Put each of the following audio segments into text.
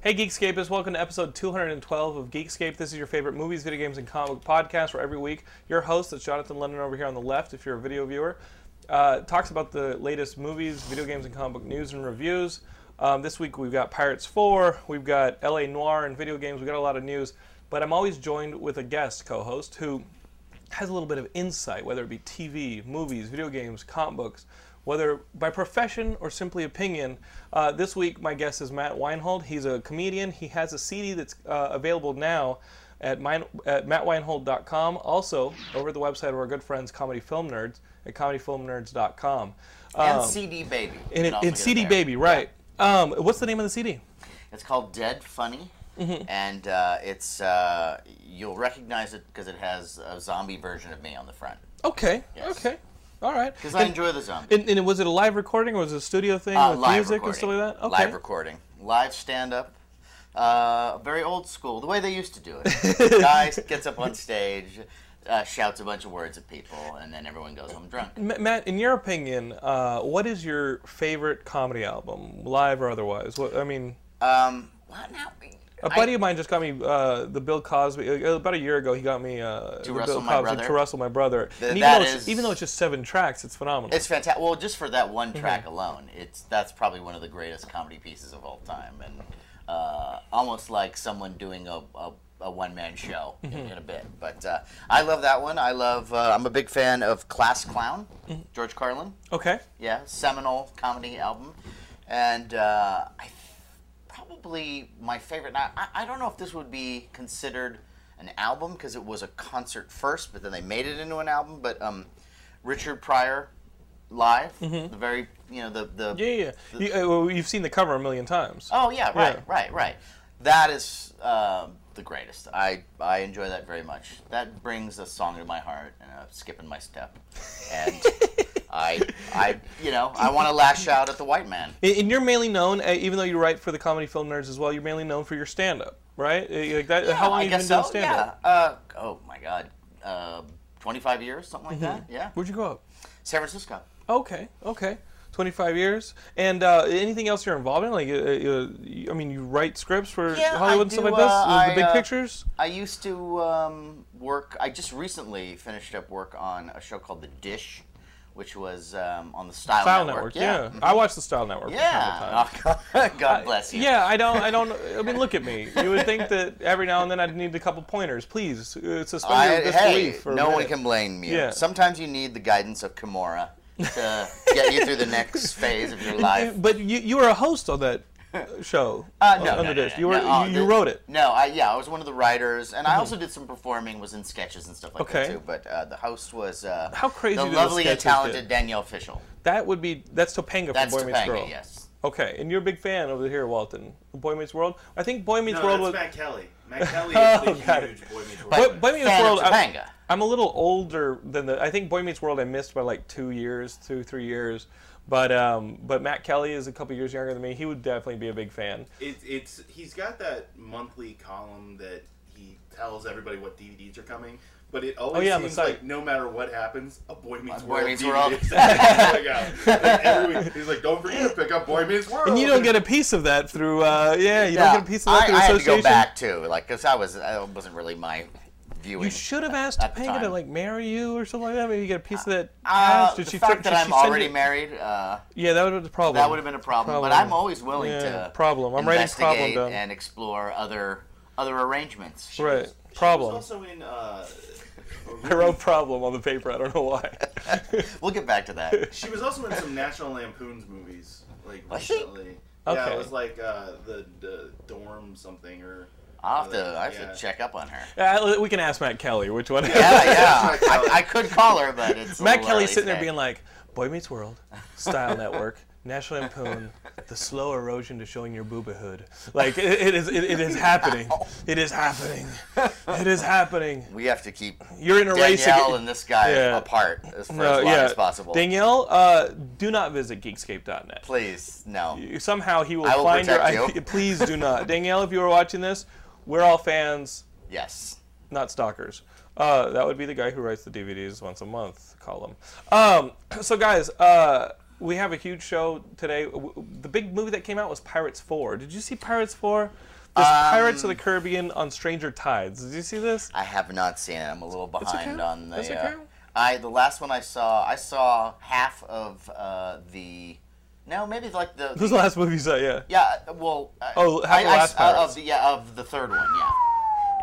Hey Geekscapists, welcome to episode 212 of Geekscape. This is your favorite movies, video games, and comic book podcast where every week your host, that's Jonathan Lennon over here on the left, if you're a video viewer, uh, talks about the latest movies, video games, and comic book news and reviews. Um, this week we've got Pirates 4, we've got LA Noir and video games, we've got a lot of news, but I'm always joined with a guest co host who has a little bit of insight, whether it be TV, movies, video games, comic books, whether by profession or simply opinion. Uh, this week, my guest is Matt Weinhold. He's a comedian. He has a CD that's uh, available now at, mine, at mattweinhold.com, also over at the website of our good friends, Comedy Film Nerds, at comedyfilmnerds.com. and CD Baby. You Oh. Um, And, can it, also and get it CD there. Baby, right. Um, what's the name of the CD? It's called Dead Funny, Mm-hmm. and uh, it's uh, you'll recognize it because it has a zombie version of me on the front. Okay, Yes. okay. All right. Because I enjoy the zombie. And, and was it a live recording or was it a studio thing Uh, with live music recording. and stuff like that? Okay. Live recording, live stand up. Uh, very old school, the way they used to do it. guy gets up on stage, uh, shouts a bunch of words at people, and then everyone goes home drunk. Ma- Matt, in your opinion, uh, what is your favorite comedy album, live or otherwise? What I mean, Um, what now? a buddy of mine just got me uh, the Bill Cosby. uh, About a year ago, he got me uh, the Wrestle Bill My Cosby Brother? to Wrestle My Brother. Th- and even that though, it's, is- even though it's just seven tracks, it's phenomenal. It's fantastic. Well, just for that one track alone, it's that's probably one of the greatest comedy pieces of all time, and uh, almost like someone doing a, a, a one man show in, in a bit. But uh, I love that one. I love. Uh, I'm a big fan of Class Clown, George Carlin. okay. Yeah, seminal comedy album, and uh, I th- probably my favorite. Now, I, I don't know if this would be considered an album because it was a concert first, but then they made it into an album. But um, Richard Pryor live, the very you know the the Mm-hmm. Yeah, yeah. yeah. You, uh, well, you've seen the cover a million times. oh yeah right Yeah. right right that is uh, the greatest. I I enjoy that very much. That brings a song to my heart and a skip in my step, and. I, I, you know, I want to lash out at the white man. And- And you're mainly known, uh, even though you write for the Comedy Film Nerds as well, you're mainly known for your stand up, right? Uh, Like that, how long I have you been guess doing so, stand up? Yeah. Uh, oh my God, uh, 25 years, something like Mm-hmm. that. Yeah. Where'd you grow up? San Francisco. Okay, okay. 25 years. And uh, anything else you're involved in? Like, uh, uh, I mean, you write scripts for Yeah, I Hollywood and stuff do, like this? uh, the I, big uh, pictures? I used to um, work. I just recently finished up work on a show called The Dish, which was um, on the Style, Style Network, yeah. Mhm. I watch the Style Network. from time to time. Yeah. God, bless you. Uh, Yeah, I don't, I don't, I mean, look at me. You would think that every now and then I'd need a couple pointers. Please, uh, suspend I, your hey, disbelief. for a no one minute. can blame you. Yeah. Sometimes you need the guidance of Kimura to get you through the next phase of your life. But you, you were a host on that show. Uh, on- no, on no, the no, dish. no, You, were, no, uh, you, you the- wrote it. Mm-hmm. No, I yeah, I was one of the writers, and I also did some performing, was in sketches and stuff like Okay. that too. But uh, the host was uh, How crazy the do those lovely and sketches get? talented Danielle Fishel. That would be, that's Topanga from That's Boy Meets Girl. Topanga, yes. Okay, and you're a big fan over here, Walton. Boy Meets World. I think Boy Meets No, World that's was. Matt Kelly. Matt Kelly is Oh, got the it. huge Boy Meets World. Boy, Boy Meets Fan of World. I'm, Topanga. I'm a little older than the. I think Boy Meets World I missed by like two years, two three years. But um, but Matt Kelly is a couple years younger than me. He would definitely be a big fan. It, it's he's got that monthly column that he tells everybody what DVDs are coming, but it always Oh, yeah, on the seems site. like no matter what happens, a Boy Meets Boy World Meets DVD World. is coming out. oh Like, every week, he's like, don't forget to pick up Boy Meets World. And you don't get a piece of that through. Uh, yeah, you Yeah, don't get a piece of that I, through I had to association. go back too, like, because I was I wasn't really my viewing. You should have at- asked at the Topanga to time. like marry you or something like that. Maybe you get a piece of that Uh, ash. the Did she fact tur- that she I'm send already you- married, uh, Yeah, that would have been a problem. that would have been a problem. But I'm always willing Yeah, to problem. I'm writing problem investigate down. and explore other other arrangements. right. She Problem. was also in. Uh, I wrote problem on the paper. I don't know why. We'll get back to that. she was also in some National Lampoon's movies, like Was she? recently. Yeah, Okay. it was like uh, the, the dorm something or. I'll have to, I have Yeah. to check up on her. Uh, we can ask Matt Kelly which one. Yeah, yeah. I, I could call her, but it's a Matt little Kelly's early sitting there today. being like, Boy Meets World, Style Network, National Lampoon, the slow erosion to showing your boobahood. Like it, it is, it, it is happening. It is happening. It is happening. we have to keep You're in a race. Danielle ag- and this guy Yeah. apart as far No, as long as possible. Danielle, uh, do not visit Geekscape.net. Please, no. Somehow he will, I will find your. protect IP you. Please do not, Danielle. If you are watching this, we're all fans, Yes. not stalkers. Uh, that would be the guy who writes the DVDs once a month column. Um, so guys, uh, we have a huge show today. W- w- The big movie that came out was Pirates Four. Did you see Pirates Four? There's Um, Pirates of the Caribbean on Stranger Tides. Did you see this? I have not seen it. I'm a little okay. behind on the. That's uh, okay. I the last one I saw, I saw half of uh, the. No, maybe like the. This was the last movie you saw, yeah. Yeah, well. I- Oh, half I, the I- last uh, Pirates. of the yeah of the third one, yeah.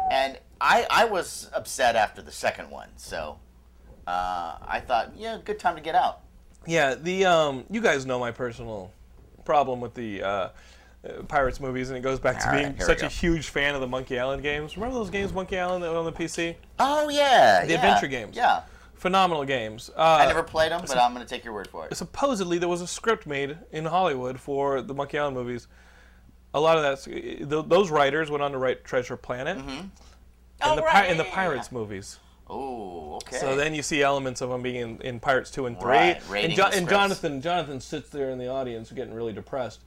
And I I was upset after the second one, so uh, I thought yeah, good time to get out. Yeah, the um, you guys know my personal problem with the uh, uh, Pirates movies, and it goes back to All right, being here we such a go. huge fan of the Monkey Island games. Remember those games, Monkey Island, that were on the PC? Oh yeah, The yeah, adventure games. Yeah, Phenomenal games. Uh, I never played them, but I'm gonna take your word for it. supposedly there was a script made in Hollywood for the Monkey Island movies. A lot of that's th- those writers went on to write Treasure Planet and Mm-hmm. Oh, the right, Pi- and the yeah, yeah, Pirates movies. Oh, okay. So then you see elements of them being in, in Pirates Two and Three, Right, and, rating Jo- the and scripts. Jonathan Jonathan sits there in the audience getting really depressed.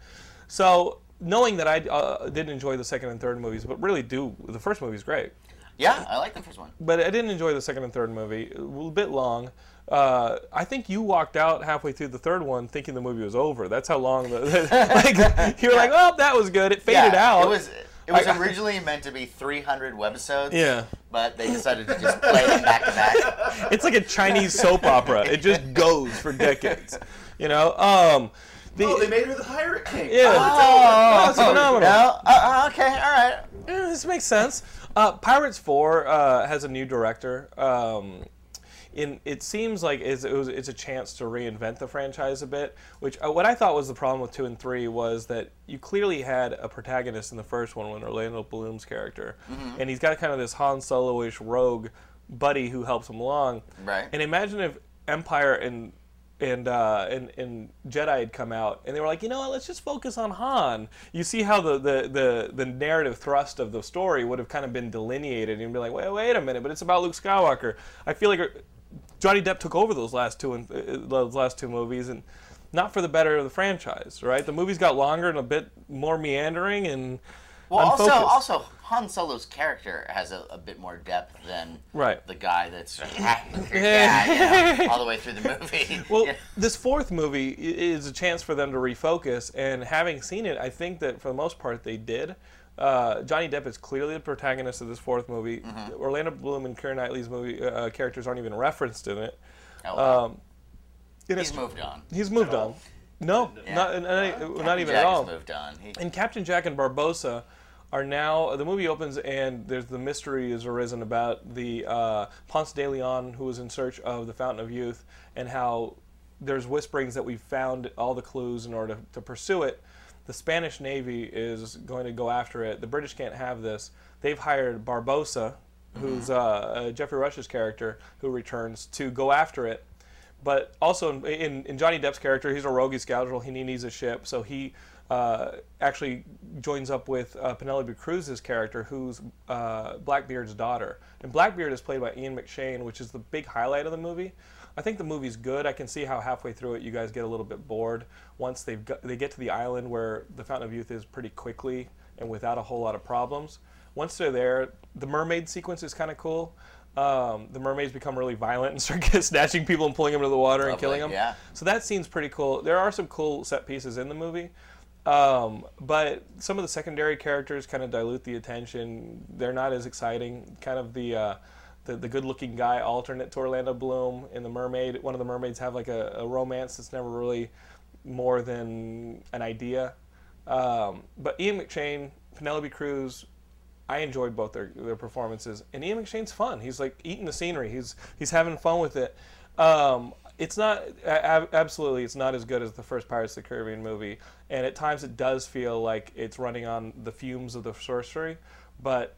So knowing that I uh, didn't enjoy the second and third movies, but really do the first movie is great, yeah, I like the first one. but I didn't enjoy the second and third movie. A little bit long. Uh, I think you walked out halfway through the third one thinking the movie was over. That's how long the like you were like, oh, that was good. It faded out. It was it was I- originally meant to be 300 webisodes. Yeah. But they decided to just play them back to back. It's like a Chinese soap opera. It just goes for decades. You know. Um, the, Oh, they made her the pirate king. yeah. Oh, it's phenomenal. No, uh, uh, okay, all right. Eh, this makes sense. Uh, Pirates Four uh, has a new director. Um, in it seems like it's, it was, it's a chance to reinvent the franchise a bit. Which uh, what I thought was the problem with two and three was that you clearly had a protagonist in the first one, with Orlando Bloom's character, and he's got kind of this Han Solo-ish rogue buddy who helps him along. Right. And imagine if Empire and and uh, and and Jedi had come out, and they were like, you know what? Let's just focus on Han. You see how the the the, the narrative thrust of the story would have kind of been delineated, and you'd be like, wait, wait a minute, but it's about Luke Skywalker. I feel like uh, Johnny Depp took over those last two and uh, those last two movies, and not for the better of the franchise, right? The movies got longer and a bit more meandering and. Well, also, unfocused. also Han Solo's character has a, a bit more depth than Right. the guy that's yeah, you know, all the way through the movie. Well, Yeah. this fourth movie i- is a chance for them to refocus, and having seen it, I think that for the most part they did. Uh, Johnny Depp is clearly the protagonist of this fourth movie. Mm-hmm. Orlando Bloom and Keira Knightley's movie uh, characters aren't even referenced in it. Oh, well. And he's it's- moved on. um, He's moved on. No, not, and- and I- not even at Jack has all. moved on. He- And Captain Jack and Barbosa are now. uh, The movie opens, and there's the mystery has arisen about the uh, Ponce de Leon who was in search of the Fountain of Youth, and how there's whisperings that we've found all the clues in order to, to pursue it. The Spanish Navy is going to go after it. The British can't have this. They've hired Barbosa, who's uh, uh, Jeffrey Rush's character, who returns to go after it. But also in, in, in Johnny Depp's character, he's a roguey scoundrel. He needs a ship, so he uh, actually joins up with uh, Penelope Cruz's character, who's uh, Blackbeard's daughter. And Blackbeard is played by Ian McShane, which is the big highlight of the movie. I think the movie's good. I can see how halfway through it you guys get a little bit bored once they've got, they get to the island where the Fountain of Youth is pretty quickly and without a whole lot of problems. Once they're there, the mermaid sequence is kind of cool. Um, the mermaids become really violent and start snatching people and pulling them to the water and Lovely, killing them. yeah. So that scene's pretty cool. There are some cool set pieces in the movie, um, but some of the secondary characters kind of dilute the attention. They're not as exciting. Kind of the uh, the, the good looking guy alternate to Orlando Bloom in the Mermaid. One of the mermaids have like a, a romance that's never really more than an idea. Um, but Ian McShane, Penelope Cruz, I enjoyed both their, their performances. And Ian McShane's fun. He's like eating the scenery. He's he's having fun with it. Um, it's not a- ab- absolutely. It's not as good as the first Pirates of the Caribbean movie, and at times it does feel like it's running on the fumes of the sorcery. But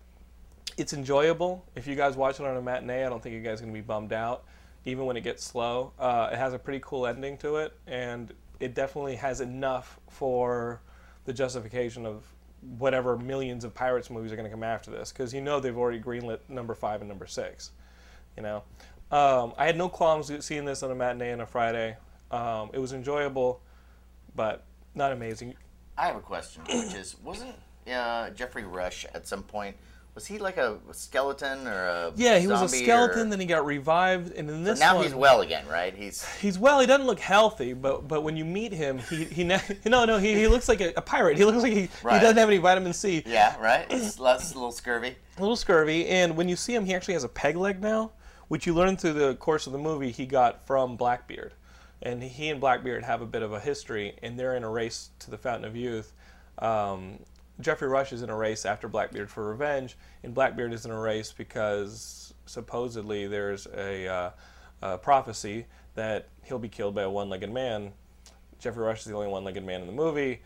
it's enjoyable. If you guys watch it on a matinee, I don't think you guys are gonna be bummed out, even when it gets slow. Uh, it has a pretty cool ending to it, and it definitely has enough for the justification of whatever millions of pirates movies are gonna come after this, because you know they've already greenlit number five and number six. You know, um, I had no qualms seeing this on a matinee on a Friday. Um, it was enjoyable, but not amazing. I have a question, which is, wasn't uh, Jeffrey Rush at some point? Was he like a skeleton or a Yeah, he was a zombie skeleton. or- Then he got revived, and in this now one, he's well again, right? He's he's well. He doesn't look healthy, but but when you meet him, he he ne- no no he, he looks like a, a pirate. He looks like he, Right. he doesn't have any vitamin C. yeah, right. He's less, a little scurvy. A little scurvy, and when you see him, he actually has a peg leg now, which you learn through the course of the movie he got from Blackbeard, and he and Blackbeard have a bit of a history, and they're in a race to the Fountain of Youth. Um, Jeffrey Rush is in a race after Blackbeard for revenge, and Blackbeard is in a race because supposedly there's a, uh, a prophecy that he'll be killed by a one-legged man Jeffrey Rush is the only one-legged man in the movie.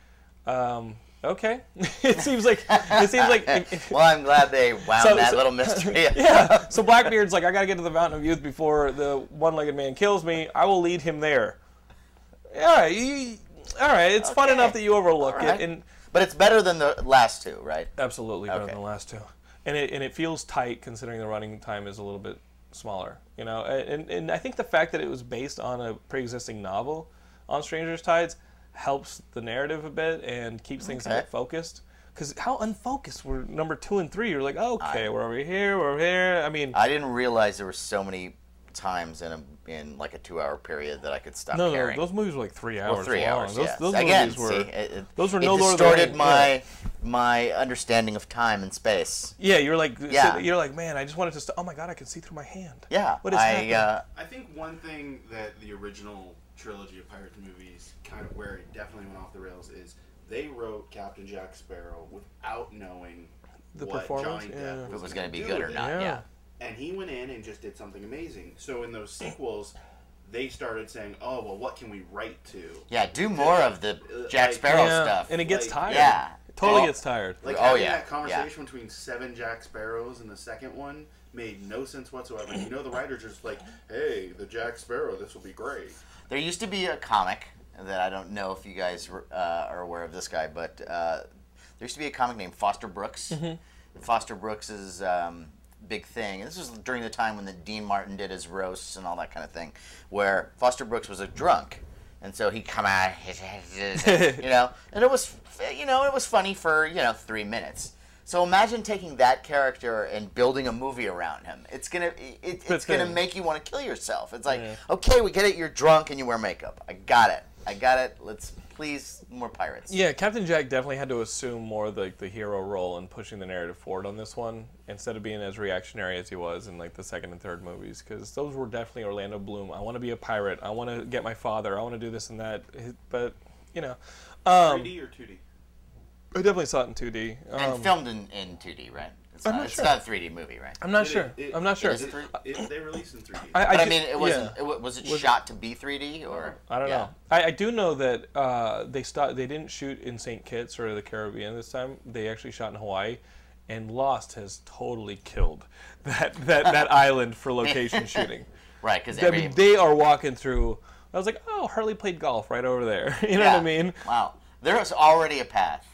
Um, okay, it seems like it seems like if- if- Well, I'm glad they wound So- that so- little mystery. up. yeah. So Blackbeard's like, I gotta get to the Fountain of Youth before the one-legged man kills me. I will lead him there. Yeah, you, all right. It's fun Okay. enough that you overlook All right. it, and But it's better than the last two, right? absolutely better Okay. than the last two. And it and it feels tight considering the running time is a little bit smaller. You know, and and I think the fact that it was based on a pre-existing novel on Stranger's Tides helps the narrative a bit and keeps things a Okay. bit focused. Because how unfocused were number two and three? You're like, okay, we're over here, we're over here. I mean, I didn't realize there were so many times in a in like a two-hour period that I could stop No, caring. no, those movies were like three hours or three long. hours. Those, yes. those Again, movies were see, it, it- those were it no Lord of the distorted Rings. my Yeah. my understanding of time and space. Yeah, you're like Yeah. you're like man, I just wanted to. St- oh my god, I can see through my hand. Yeah, what is I happening? uh, I think one thing that the original trilogy of pirate movies kind of where it definitely went off the rails is they wrote Captain Jack Sparrow without knowing The what performance, Johnny yeah. Depp if it was, was going to be do good or with it. not. Yeah. Yeah. And he went in and just did something amazing. So in those sequels, they started saying, "Oh well, what can we write to?" Yeah, do more of the Uh, Jack like- Sparrow Yeah, Oh, stuff. and it gets like- tired. Yeah. totally Oh. gets tired. Like Oh, having yeah, that conversation between seven Jack Sparrows in the second one made no sense whatsoever. you know, the writers are just like, "Hey, the Jack Sparrow, this will be great." There used to be a comic that I don't know if you guys uh, are aware of this guy, but uh, there used to be a comic named Foster Brooks. Foster Brooks's um, big thing. and This was during the time when the Dean Martin did his roasts and all that kind of thing, where Foster Brooks was a drunk, and so he'd come out, you know, and it was, you know, it was funny for you know three minutes. So imagine taking that character and building a movie around him. It's gonna, it, it's gonna thin. make make you want to kill yourself. It's like, okay, we get it. You're drunk and you wear makeup. I got it. I got it. Let's please more pirates. Yeah, Captain Jack definitely had to assume more of, like the hero role in pushing the narrative forward on this one instead of being as reactionary as he was in like the second and third movies because those were definitely Orlando Bloom. I want to be a pirate. I want to get my father. I want to do this and that. But you know, um, 3D or 2D? I definitely saw it in 2D. Um, And filmed in, in 2D, right? It's I'm not, not it's sure. not a 3D movie, right? I'm not It- sure. it- I'm not sure. is it- It, they released in 3D. I, But I ju- mean, it wasn't. yeah. It, wa- was it shot to be 3D or? I don't yeah. know. I, I do know that uh, they stopped. They didn't shoot in St. Kitts or the Caribbean this time. They actually shot in Hawaii, and Lost has totally killed that that, that island for location shooting. Right, because I every mean, they are walking through. I was like, oh, Harley played golf right over there. You know what I yeah. mean? Wow, there is already a path.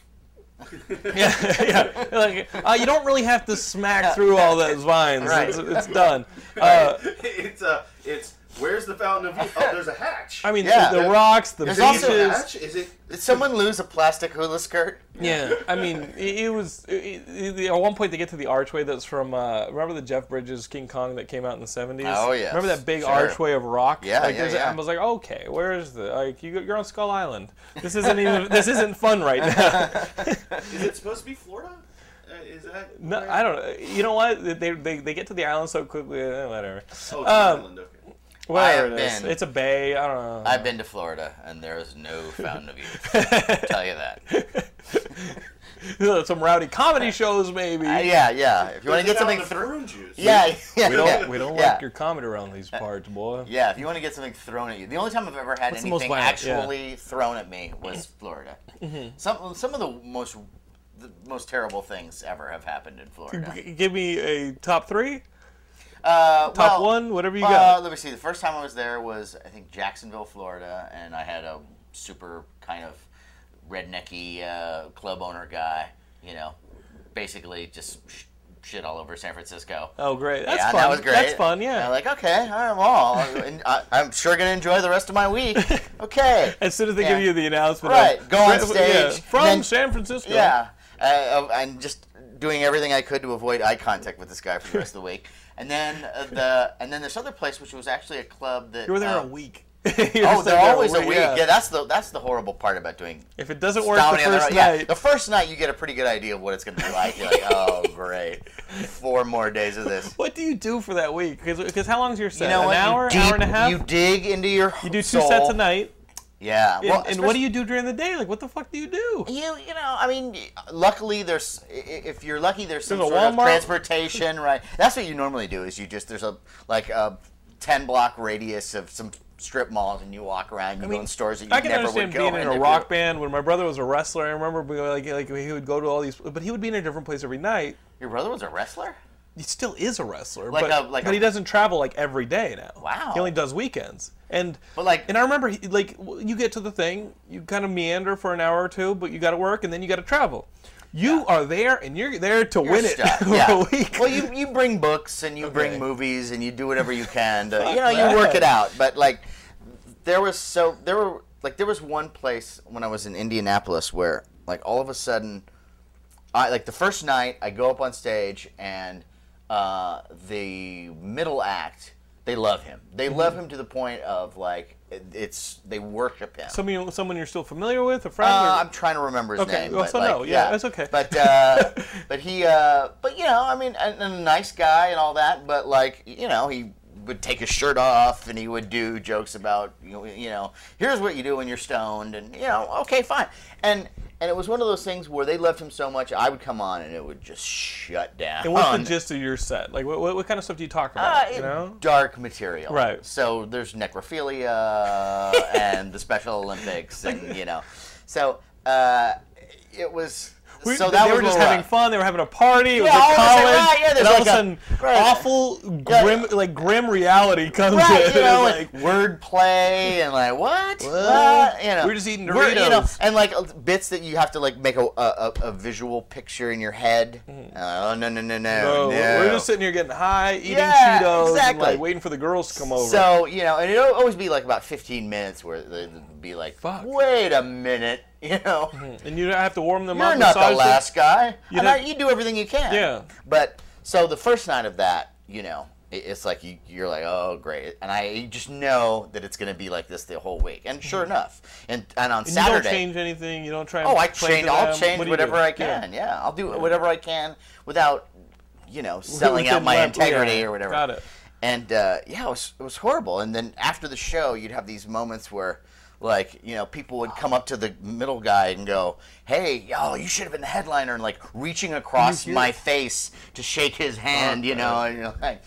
yeah. Like, uh, you don't really have to smack through all those vines. Right. It's, it's done. Uh, it's a. It's where's the fountain of youth? Oh, there's a hatch. I mean, Yeah. the, the rocks, the There's is beaches. it a also- hatch? Is it? Did someone lose a plastic hula skirt? Yeah, I mean, it, it was it, it, at one point they get to the archway that's from uh, remember the Jeff Bridges King Kong that came out in the seventies. Oh, yes. remember that big Sure. archway of rock? Yeah, like, yeah, there's- yeah. I was like, okay, where is the like you, you're on Skull Island? This isn't even this isn't fun right now. Is it supposed to be Florida? Uh, Is that? No, I don't know. You know what? They, they, they get to the island so quickly. eh, Whatever. Oh, it's Ireland, okay. Whatever have it is. been- It's a bay. I don't know. I've been to Florida, and there is no fountain of youth. I'll tell you that. Uh, Some rowdy comedy shows, maybe. Uh, yeah, yeah. If you want to get It's out something, in the prune juice. yeah, yeah, we don't, yeah, we don't yeah. Uh, like your comedy around these parts, boy. Yeah, if you want to get something thrown at you, the only time I've ever had What's the most anything violent? Yeah. Mm-hmm. actually thrown at me was Florida. Some some of the most the most terrible things ever have happened in Florida. G- Give me a top three, Uh, top well, one, whatever you Uh, got. let me see. The first time I was there was I think Jacksonville, Florida, and I had a super kind of rednecky uh, club owner guy. You know, basically just sh- shit all over San Francisco. Oh, great. That's yeah, fun. that was great. That's fun. And I'm Yeah. like, okay, I'm all. and I, I'm sure gonna enjoy the rest of my week. Okay. as soon as they give Yeah. you the announcement, Right, of- go on Yeah, stage, from then- San Francisco. Yeah, uh, and just doing everything I could to avoid eye contact with this guy for the rest of the week. And then uh, the and then this other place, which was actually a club that you were there uh, a week. Oh, they're always a week. Yeah. that's the that's the horrible part about doing. If it doesn't work the Dominating first yeah, night, the first night you get a pretty good idea of what it's going to be like. You're like, oh great, four more days of this. what do you do for that week? Because how long is your set? You An know what? You hour, deep- hour and a half. You dig into your. You do two sets a night. Yeah. And, well, and what do especially- you do during the day? Like, what the fuck do you do? You you know I mean luckily there's i- if you're lucky there's some There's a sort of Walmart. transportation right that's what you normally do is you just there's a like a ten block radius of some strip malls and you walk around you go in stores that you I can never would understand go being in and a if rock you- band. When my brother was a wrestler, I remember being like, like he would go to all these, but he would be in a different place every night. Your brother was a wrestler. He still is a wrestler, Like but, a- like but a- he doesn't travel like every day now. Wow. He only does weekends. And But, like- and I remember he, like w- you get to the thing, you kind of meander for an hour or two, but you got to work and then you got to travel. You are there and you're there to win it Stuff, for yeah. a week. Well, you, you bring books and you Okay. bring movies and you do whatever you can to you know you work it out. But like there was so there were like there was one place when I was in Indianapolis where like all of a sudden I like the first night I go up on stage and uh, the middle act they love him. They love Mm-hmm. him to the point of like it- it's they worship him. Someone, someone you're still familiar with, a friend. Uh, or- I'm trying to remember his Okay, name. well, but, so like, no, yeah, that's okay. But uh, but he, uh, but you know, I mean, and, and a nice guy and all that. But like, you know, he would take his shirt off and he would do jokes about you know, you know, here's what you do when you're stoned, and you know, okay, fine. And and it was one of those things where they loved him so much, I would come on and it would just shut down. and what's the gist of your set? Like, what, what, what kind of stuff do you talk about? Uh, you know. Dark material. Right. So there's necrophilia and the Special Olympics, and you know, so uh, it was. We- so they- that they was were just what we're having at. fun. They were having a party. It was Yeah, all like of a sudden, college. right, yeah, there's and all of like a a- sudden, right. awful, Yeah. grim, like grim reality comes in. Right, you It's know, like, like word play and like what? What? You know, We're just eating We're- you know, Doritos. and like uh, bits that you have to like make a a, a, a visual picture in your head. Oh no no no no! Oh, no. Mm. We're just sitting here getting high, eating Yeah, Cheetos, and, exactly. like waiting for the girls to come over. So you know, and it'll always be like about 15 minutes where they'd be like, Fuck. Mm. "Wait a minute," you know. and you have to warm them You're up. not the massage them. last guy. You, know- you do everything you can. Yeah. But so the first night of that, you know, it- it's like you, you're like, oh great, and I you just know that it's gonna be like this the whole week, and sure enough, and and on Mm-hmm. And you Saturday, don't change anything. You don't try. And oh I explain change, to I'll them. change What do you whatever do? I Yeah. can. Yeah. I'll do whatever I can without, you know, selling Within out my lem- integrity yeah, or whatever. got it. And uh, yeah, it was, it was horrible. And then after the show, you'd have these moments where, like, you know, people would come up to the middle guy and go, "Hey, yo, you should have been the headliner," and like reaching across my face to shake his hand, you know. And you're like,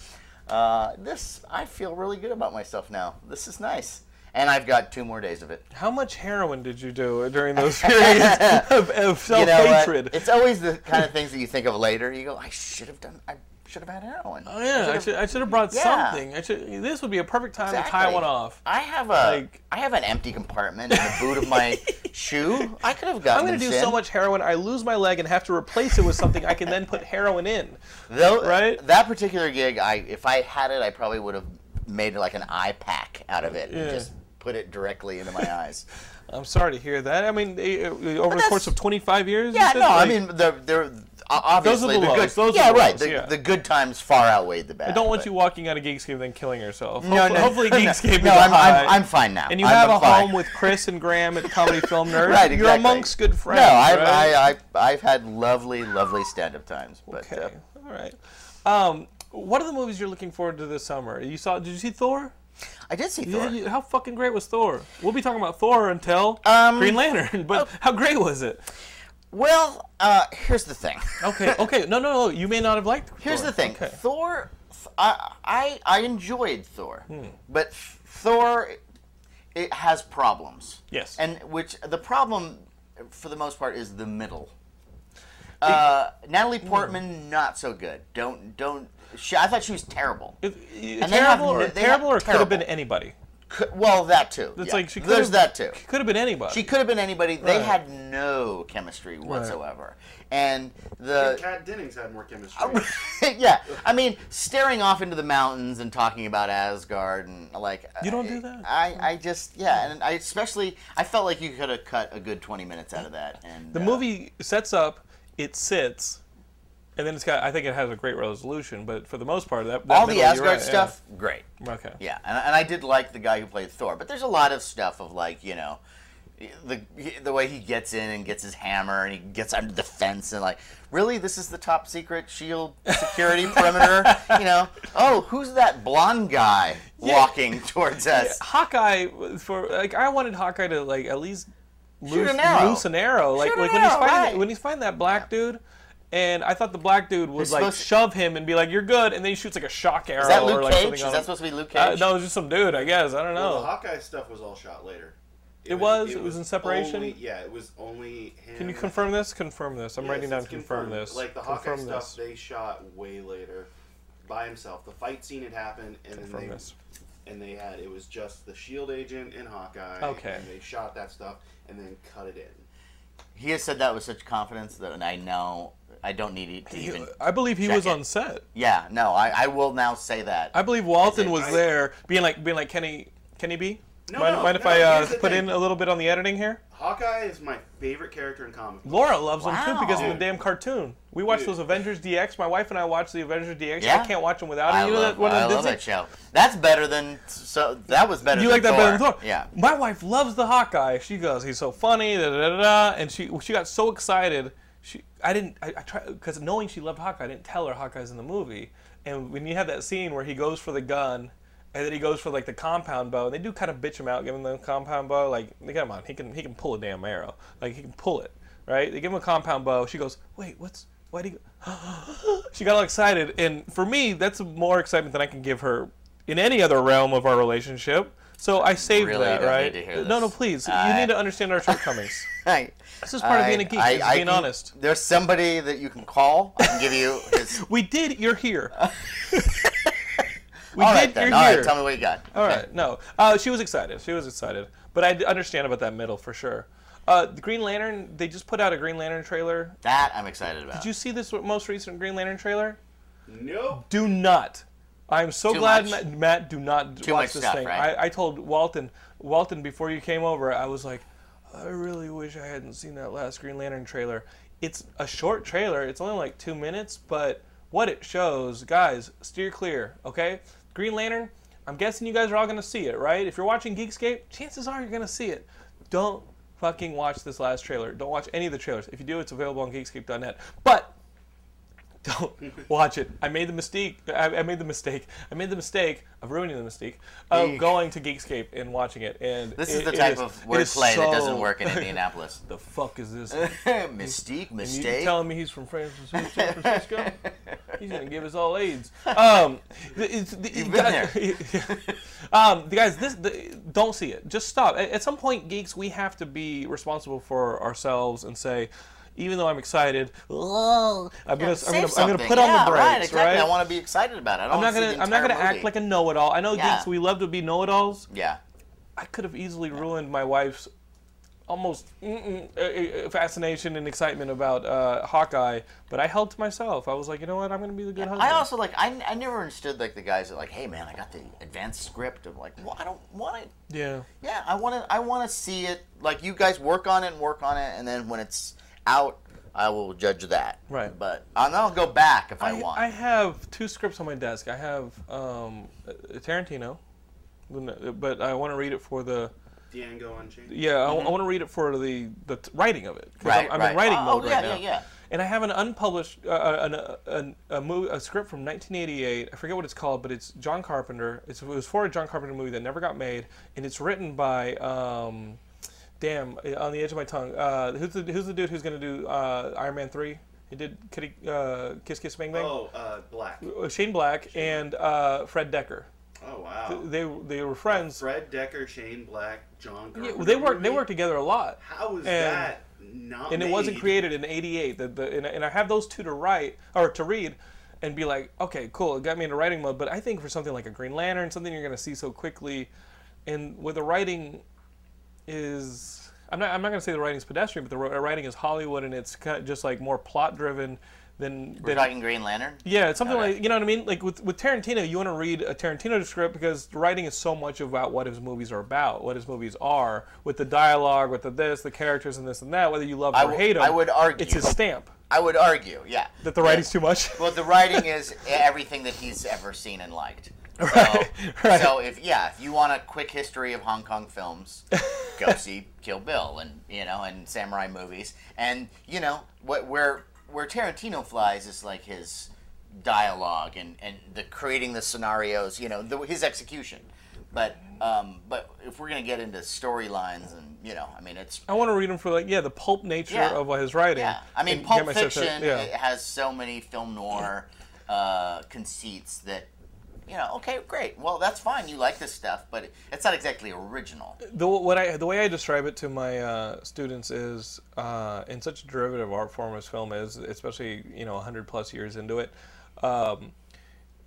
uh, "This, I feel really good about myself now. This is nice." And I've got two more days of it. How much heroin did you do during those periods of, of You know what? self-hatred? It's always the kind of things that you think of later. You go, "I should have done. I should have had heroin." oh yeah, I should, I should have brought Yeah. something. I should. This would be a perfect time to tie Exactly. one off. I have a Like- I have an empty compartment in the boot of my shoe. I could have gotten. I'm going to this do in. so much heroin, I lose my leg and have to replace it with something I can then put heroin in. Though, right? That particular gig, I if I had it, I probably would have made like an eye pack out of it and Yeah. just put it directly into my eyes. I'm sorry to hear that. I mean, eh, eh, over the that's- course of 25 years. you Yeah, said, no, I like- mean, the, there, o- obviously the good, lows, those are yeah, the right. lows, the, yeah. the good times far outweighed the bad. I don't want but- you walking out of Geekscape and then killing yourself. No, Hopefully- no, Hopefully, no, Geekscape no, is I'm- I'm- high. I'm fine now. And you I'm- have I'm a fine. home with Chris and Graham at Comedy Film Nerd. Right, exactly. You're amongst good friends. No, I've, right? I, uh, I, I've had lovely, lovely stand-up times. But uh, Okay. All right. Um, what are the movies you're looking forward to this summer? You saw? Did you see Thor? I did see You- Thor. you- How fucking great was Thor? We'll be talking about Thor until Um, Green Lantern. But oh. how great was it? Well, uh, here's the thing. Okay. Okay. No. No. No. You may not have liked. Here's Oh, Thor. the thing. Okay. Thor, th- I, I, I enjoyed Thor, Hmm. but Thor, it has problems. Yes. And which the problem, for the most part, is the middle. Uh, Natalie Hmm. Portman, not so good. Don't don't. She, I thought she was terrible. If- y- And they have terrible, or, no- they have- terrible, or could have been terrible. anybody. Could- well, that too. It's yeah. like she could There's have, that too. Could have been anybody. She could have been anybody. They Right. had no chemistry whatsoever, and the Cat Dennings had more chemistry. yeah, I mean, staring off into the mountains and talking about Asgard and like. You don't I- do that? I, I just yeah, and I especially I felt like you could have cut a good twenty minutes out of that. And The uh, movie sets up, it sits, and then it's got. I think it has a great resolution, but for the most part, that, that all the middle, you're Asgard right, yeah. stuff, great. Okay. Yeah, and, and I did like the guy who played Thor, but there's a lot of stuff of like you know, the the way he gets in and gets his hammer and he gets under the fence and like really this is the top secret shield security perimeter you know oh who's that blonde guy walking towards us Hawkeye for like I wanted Hawkeye to like at least loose, an arrow. loose an arrow. Like Shoot an like when he's arrow, fighting right. when he's fighting that black dude. And I thought the black dude would He's like supposed to- shove him and be like, "You're good," and then he shoots like a shock arrow Is that Luke or like Cage? something. Is on that him. supposed to be Luke Uh, Cage? no, it was just some dude, I guess. I don't Oh. know. Well, the Hawkeye stuff was all shot later. It, was? It was in Separation? only- yeah, it was only him. Can you confirm this? Confirm this. I'm Yes, writing down. it's Confirm confirmed. this. Like the Hawkeye confirm stuff, this. they shot way later, by himself. The fight scene had happened, and Confirm then they, this. and they had it was just the Shield E agent and Hawkeye. Okay. And they shot that stuff and then cut it in. He has said that with such confidence that and I know I don't need it to even. I believe he uh, check was it. on set. Yeah, no, I, I will now say that. I believe Walton was I- there, being like, being like, Kenny, Kenny B. No, mind no, mind if no, I uh, here's the put thing. in a little bit on the editing here? Hawkeye is my favorite character in comic. books. Laura loves him too because of the Wow. damn cartoon. We watched those Avengers DX. My wife and I watched the Avengers DX. I Yeah. can't watch them without I it. You know love, that one I on love Disney. that show. That's better than so. That was better. You than like that better than Thor? Yeah. My wife loves the Hawkeye. She goes, he's so funny, da da da da, and she she got so excited. She I didn't I, I tried because knowing she loved Hawkeye, I didn't tell her Hawkeye's in the movie. And when you have that scene where he goes for the gun, and then he goes for like the compound bow, and they do kind of bitch him out, give him the compound bow. Like, come on, he can he can pull a damn arrow. Like he can pull it, right? They give him a compound bow. She goes, wait, what's why do you? she got all excited, and for me, that's more excitement than I can give her in any other realm of our relationship. So I saved Really that, don't right? need to hear No, no, this. please. you I- need to understand our shortcomings. Right. This is part of being a geek, is being can- honest. There's somebody that you can call. I can give you his. we did. You're here. we All did. right then. You're All here. right. Tell me what you got. All right. No. Uh, she was excited. She was excited. But I d- understand about that middle for sure. Uh, the Green Lantern. They just put out a Green Lantern trailer. That I'm excited about. Did you see this most recent Green Lantern trailer? Nope. do not. I'm so glad much. Matt, Matt do not d- Too watch much this stuff, thing. right? I, I told Walton, Walton before you came over, I was like, I really wish I hadn't seen that last Green Lantern trailer. It's a short trailer. It's only like two minutes, but what it shows, guys, steer clear, okay? Green Lantern. I'm guessing you guys are all gonna see it, right? If you're watching Geekscape, chances are you're gonna see it. Don't fucking watch this last trailer. Don't watch any of the trailers. If you do, it's available on Geekscape.net. But don't watch it. I made the mistake. I, I made the mistake. I made the mistake of ruining the mistake of going to Geekscape and watching it. And This is is the type of wordplay that doesn't work in Indianapolis. The fuck is this? Mystique, You mistake. telling me he's from San Francisco? San Francisco? he's gonna give us all AIDS. Um, the, it's, the, You've been um, the guys, this the, don't see it. Just stop. At, at some point, geeks, we have to be responsible for ourselves and say. Even though I'm excited, "Oh," I'm gonna, Save I'm gonna, I'm gonna something. put yeah, on the brakes, Right, exactly. I want to be excited about it. I don't I'm not wanna see gonna. the I'm not entire gonna act movie. like a know-it-all. I know Yeah. geeks. We love to be know-it-alls. Yeah. I could have easily ruined my wife's almost mm-mm, uh, uh, fascination and excitement about uh, Hawkeye, but I held to myself. I was like, you know what? I'm gonna be the good husband. I also like I, I never understood like the guys that like hey man I got the advanced script I'm like well I don't want it yeah. yeah I want to I want to see it like you guys work on it and work on it and then when it's out I will judge that. Right. But and I'll go back if I, want. I have two scripts on my desk. I have um, uh, Tarantino, but I want to read it for the. Django Unchained. Yeah, I- I, want to read it for the the t- writing of it. 'cause Mm-hmm. Right, I'm, I'm in right. writing Oh, mode oh, right yeah, now. yeah, yeah. And I have an unpublished, uh, uh, an, uh, an, a, movie, a script from 1988. I forget what it's called, but it's John Carpenter. It's, it was for a John Carpenter movie that never got made, and it's written by, um, damn, uh, on the edge of my tongue. Uh, who's the who's the dude who's gonna do uh, Iron Man three? He did Kitty, uh, Kiss Kiss Bang Bang. Oh, uh, Black. Uh, Shane Black and uh, Fred Decker. Oh wow. They they were friends. Fred Decker, Shane Black, John. Yeah, Carpenter well, they worked they movie? worked together a lot. How and, is that not? And it made? wasn't created in '88. The, the, and, and I have those two to write or to read, and be like, okay, cool, it got me into writing mode. But I think for something like a Green Lantern, something you're gonna see so quickly, and where the writing is, I'm not I'm not gonna say the writing's pedestrian, but the wri- writing is Hollywood, and it's kind of just like more plot driven than We're than talking Green Lantern. yeah, it's something like you know what I mean. Like with, with Tarantino, you want to read a Tarantino script because the writing is so much about what his movies are about, what his movies are, with the dialogue, with the this, the characters, and this and that. Whether you love I or w- hate him, I would argue- it's his stamp I would argue, yeah. that the writing's too much. Well, the writing is everything that he's ever seen and liked. So, right. so if yeah, if you want a quick history of Hong Kong films, go see Kill Bill and you know and samurai movies and you know what where where Tarantino flies is like his dialogue and and the creating the scenarios, you know, the, his execution. But um, but if we're gonna get into storylines and you know, I mean, it's I want to read him for like yeah, the pulp nature Yeah. of his writing. yeah, I mean, and get Pulp myself to- Fiction yeah. it has so many film noir uh, conceits that you know. Okay, great. Well, that's fine. You like this stuff, but it's not exactly original. the what I the way I describe it to my uh, students is uh, in such a derivative art form as film is, especially you know 100 plus years into it, um,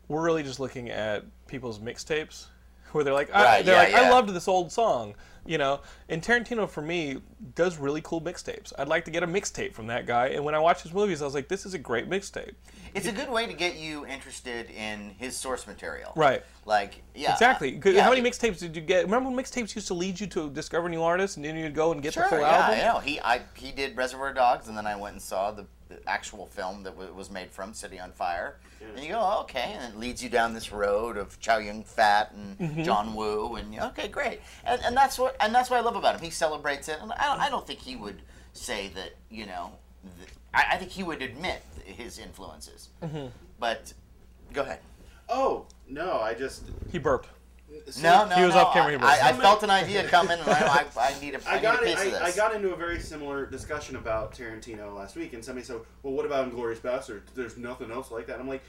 we're really just looking at people's mixtapes where they're like, I, Right, they're yeah, like, I yeah. loved this old song, you know. And Tarantino for me does really cool mixtapes. I'd like to get a mixtape from that guy. And when I watch his movies, I was like, this is a great mixtape. It's a good way to get you interested in his source material. Right. Like yeah. uh, Exactly. 'Cause yeah, How many mixtapes did you get? Remember when mixtapes used to lead you to discover new artists, and then you'd go and get Sure. the full yeah, album? I know. He I he did Reservoir Dogs, and then I went and saw the, the actual film that w- was made from City on Fire. And you go, oh, okay, and it leads you down this road of Chow Yun Fat and Mm-hmm. John Woo, and you know, okay, great. And, and that's what and that's what I love about him. He celebrates it, and I, I don't think he would say that you know. Th- I, I think he would admit his influences. Mm-hmm. But go ahead. Oh no! I just He burped. so No, no, He was no, off camera, he was- I, I, I felt an idea coming, and I, I, I need a, I I need a got it. piece of this. I, I got into a very similar discussion about Tarantino last week, and somebody said, "Well, what about Inglorious Bastards? There's nothing else like that." I'm like,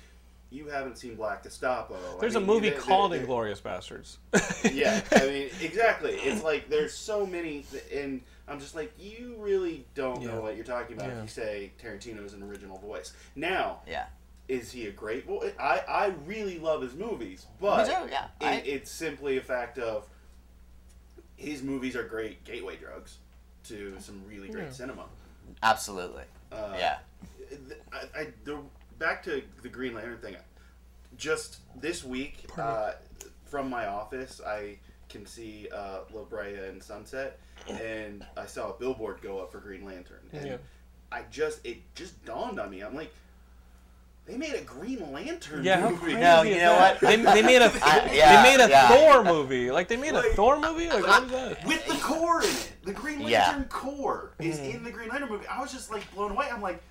"You haven't seen Black Gestapo." I There's mean, a movie they- they- called they- Inglorious Bastards. Yeah, I mean, exactly. It's like there's so many, th- and I'm just like, you really don't Yeah. know what you're talking about Yeah. if you say Tarantino's an original voice. Now, yeah. is he a great? Well, I I really love his movies, but Me too, yeah. it, I- it's simply a fact of his movies are great gateway drugs to some really great cinema. Absolutely. yeah. Th- I, I, the, back to the Green Lantern thing. Just this week, uh, from my office, I can see uh, La Brea and Sunset, and I saw a billboard go up for Green Lantern, and Mm. Yeah. I just it just dawned on me. I'm like, they made a Green Lantern Yeah, how movie. crazy No, is you know that? what? They, they made a I- yeah, they made a yeah. Thor movie. Like they made a Thor movie. Like what is that? with the core in it. The Green Yeah. Lantern core is Mm-hmm. in the Green Lantern movie. I was just like blown away. I'm like,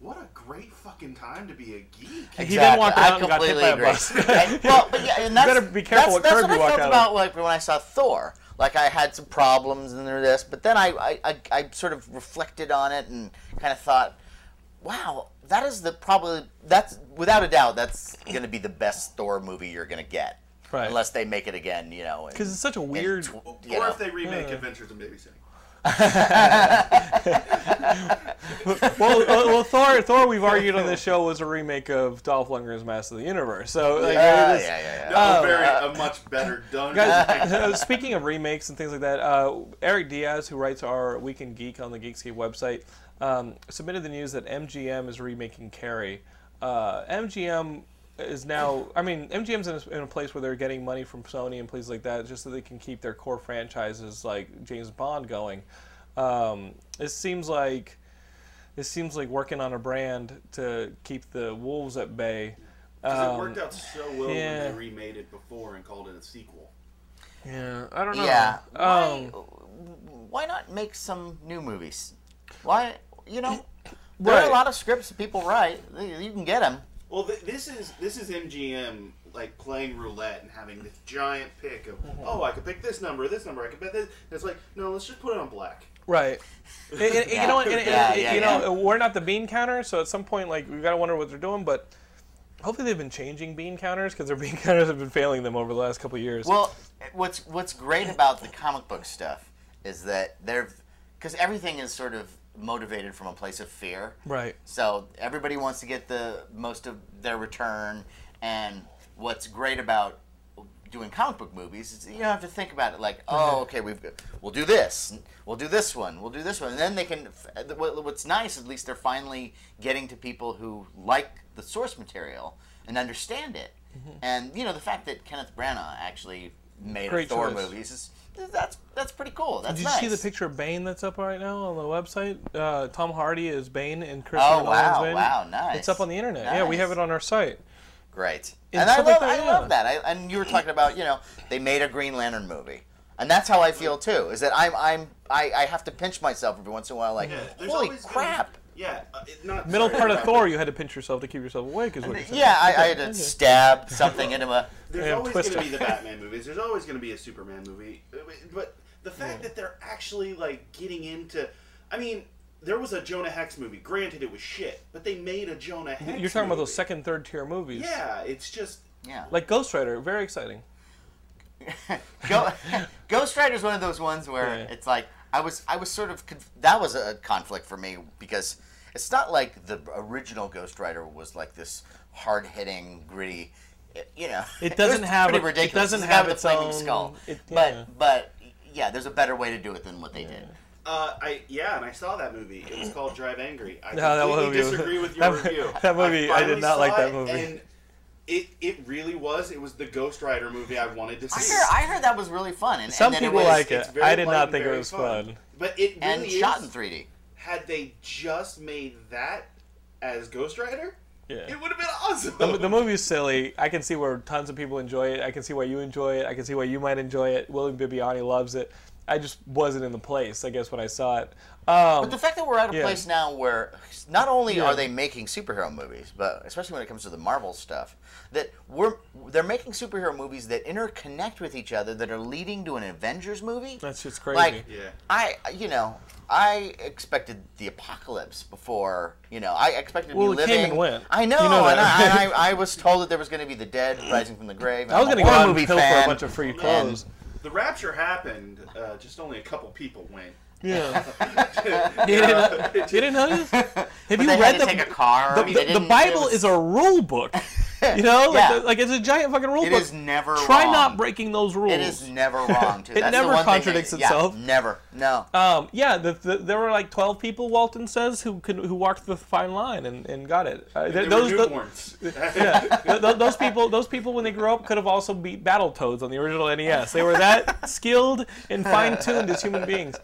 what a great fucking time to be a geek. He then walked Exactly. out and got hit by a bus. And- well, but yeah, and that's, better be careful what that's, that's curb what you I walk felt out of. about like when I saw Thor. Like I had some problems and there this, but then I, I, I, I sort of reflected on it and kind of thought, wow, that is the probably that's without a doubt that's going to be the best Thor movie you're going to get, Right. unless they make it again, you know. Because it's such a weird. or if they remake Adventures in Babysitting. well, well, well, Thor. Thor. We've argued on this show was a remake of Dolph Lundgren's Master of the Universe. So like, Uh, yeah, it is- yeah, yeah, yeah. a very a much better done. Oh. Uh, Guys, uh, speaking of remakes and things like that, uh, Eric Diaz, who writes our Weekend Geek on the Geekscape website, um, submitted the news that MGM is remaking Carrie. Uh, MGM is now, I mean, MGM's in a, in a place where they're getting money from Sony and places like that, just so they can keep their core franchises like James Bond going. Um, it seems like This seems like working on a brand to keep the wolves at bay. Because it worked out so well um, yeah. when they remade it before and called it a sequel. Yeah, I don't know. Yeah. Um, why, why not make some new movies? Why, you know, there are Right. a lot of scripts that people write. You can get them. Well, th- this is this is MGM like playing roulette and having this giant pick of Mm-hmm. oh I could pick this number, this number, I could bet this. And it's like no, let's just put it on black. Right. And- and- and You know, and- and- Yeah, and- yeah, you know, yeah. we're not the bean counter, so at some point, like, we gotta wonder what they're doing. But hopefully, they've been changing bean counters because their bean counters have been failing them over the last couple of years. Well, what's what's great about the comic book stuff is that they're because everything is sort of motivated from a place of fear. Right. So everybody wants to get the most of their return, and what's great about doing comic book movies is you don't have to think about it like, oh, okay, we've we'll do this, and we'll do this one, we'll do this one, and then they can. what- What's nice, at least they're finally getting to people who like the source material and understand it, Mm-hmm. and you know the fact that Kenneth Branagh actually made Great a Thor choice. movies is that's that's pretty cool. That's Did you nice. see the picture of Bane that's up right now on the website? Uh, Tom Hardy is Bane and Chris Oh, Nolan's wow, Bane. wow, nice. It's up on the internet. Yeah, we Nice. have it on our site. Great. And And, I stuff like love, that, I yeah. love that. I, and you were talking about, you know, they made a Green Lantern movie. And that's how I feel too. Is that I'm I'm I, I have to pinch myself every once in a while, like There's holy always been- crap! yeah, uh, it- not Middle sorry, part of not- Thor, you had to pinch yourself to keep yourself awake, is what you're saying. Yeah, I, I had to stab something into my. There's Yeah, always Twister. going to be the Batman movies. There's always going to be a Superman movie. But the fact that they're actually like getting into, I mean, there was a Jonah Hex movie. Granted, it was shit, but they made a Jonah Hex. You're talking about those movie. second, third tier movies. Yeah, it's just Yeah, Like Ghost Rider, very exciting. Go, Ghost Rider is one of those ones where Yeah. it's like I was I was sort of conf- that was a conflict for me because it's not like the original Ghost Rider was like this hard hitting gritty. eh, You know, It doesn't was have pretty a- it ridiculous. doesn't It's have about the its flaming own- skull. it- yeah. But but yeah, there's a better way to do it than what they did. Uh, I yeah, and I saw that movie. It was called Drive Angry. I No, that completely movie was- disagree with your that- review. that movie- I did finally not like saw that it, movie. And it it really was. It was the Ghost Rider movie I wanted to I see. heard I heard that was really fun. And, Some and then people it was, like It's it. very I did light not and think it very was fun. But it really and is, shot in 3D. Had they just made that as Ghost Rider, Yeah. it would have been awesome. The- the movie's silly. I can see where tons of people enjoy it. I can see why you enjoy it. I can see why you might enjoy it. William Bibiani loves it. I just wasn't in the place, I guess, when I saw it. Um, But the fact that we're at a Yeah. place now where not only Yeah. are they making superhero movies, but especially when it comes to the Marvel stuff, that we're they're making superhero movies that interconnect with each other that are leading to an Avengers movie. That's just crazy. Like, Yeah. I you know I expected the apocalypse before you know I expected to Well, be it came living. and went. I know, You know and, that. I, and I, I was told that there was going to be the dead rising from the grave. I was going gonna to go out and movie pilfer fan, a bunch of free and- clothes. the rapture happened. Uh, just only a couple people went. Yeah. you, didn't, you didn't know this? Have you they had read to the, take a car. the, They the- the didn't- Bible it was- is a rule book. You know, like, Yeah. the- like it's a giant fucking rule It book. is never Try not wrong. breaking those rules. It is never wrong. Too. It That's never the one thing that- contradicts yeah, itself. Never. No. Um, yeah, the, the, there were like twelve people. Walton says who could, who walked the fine line and, and got it. Uh, th- They those were tho- newborns. th- th- those people those people when they grew up could have also beat battle toads on the original NES. They were that skilled and fine tuned as human beings.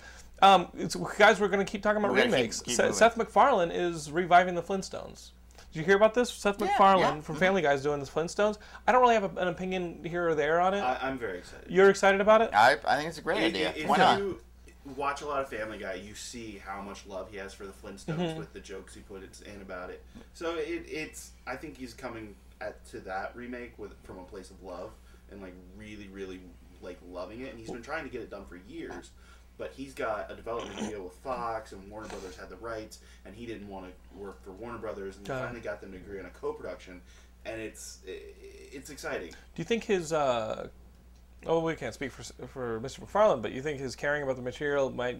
Um, it's, guys, we're going to keep talking about We're gonna keep- remakes. keep Se- moving. Seth MacFarlane is reviving the Flintstones. Did you hear about this? Seth MacFarlane yeah. from Family Guy's doing the Flintstones. I don't really have a, an opinion here or there on it. I, I'm very excited. You're excited about it? Uh, I, I think it's a great idea. If, if Why not? you watch a lot of Family Guy, you see how much love he has for the Flintstones Mm-hmm. with the jokes he puts in about it. So it, it's I think he's coming at, to that remake with from a place of love and like really really like loving it, and he's been trying to get it done for years. But he's got a development deal with Fox, and Warner Brothers had the rights, and he didn't want to work for Warner Brothers, and he Got it. finally got them to agree on a co-production, and it's it, it's exciting. Do you think his? Uh, oh, we can't speak for for Mr. McFarlane, but you think his caring about the material might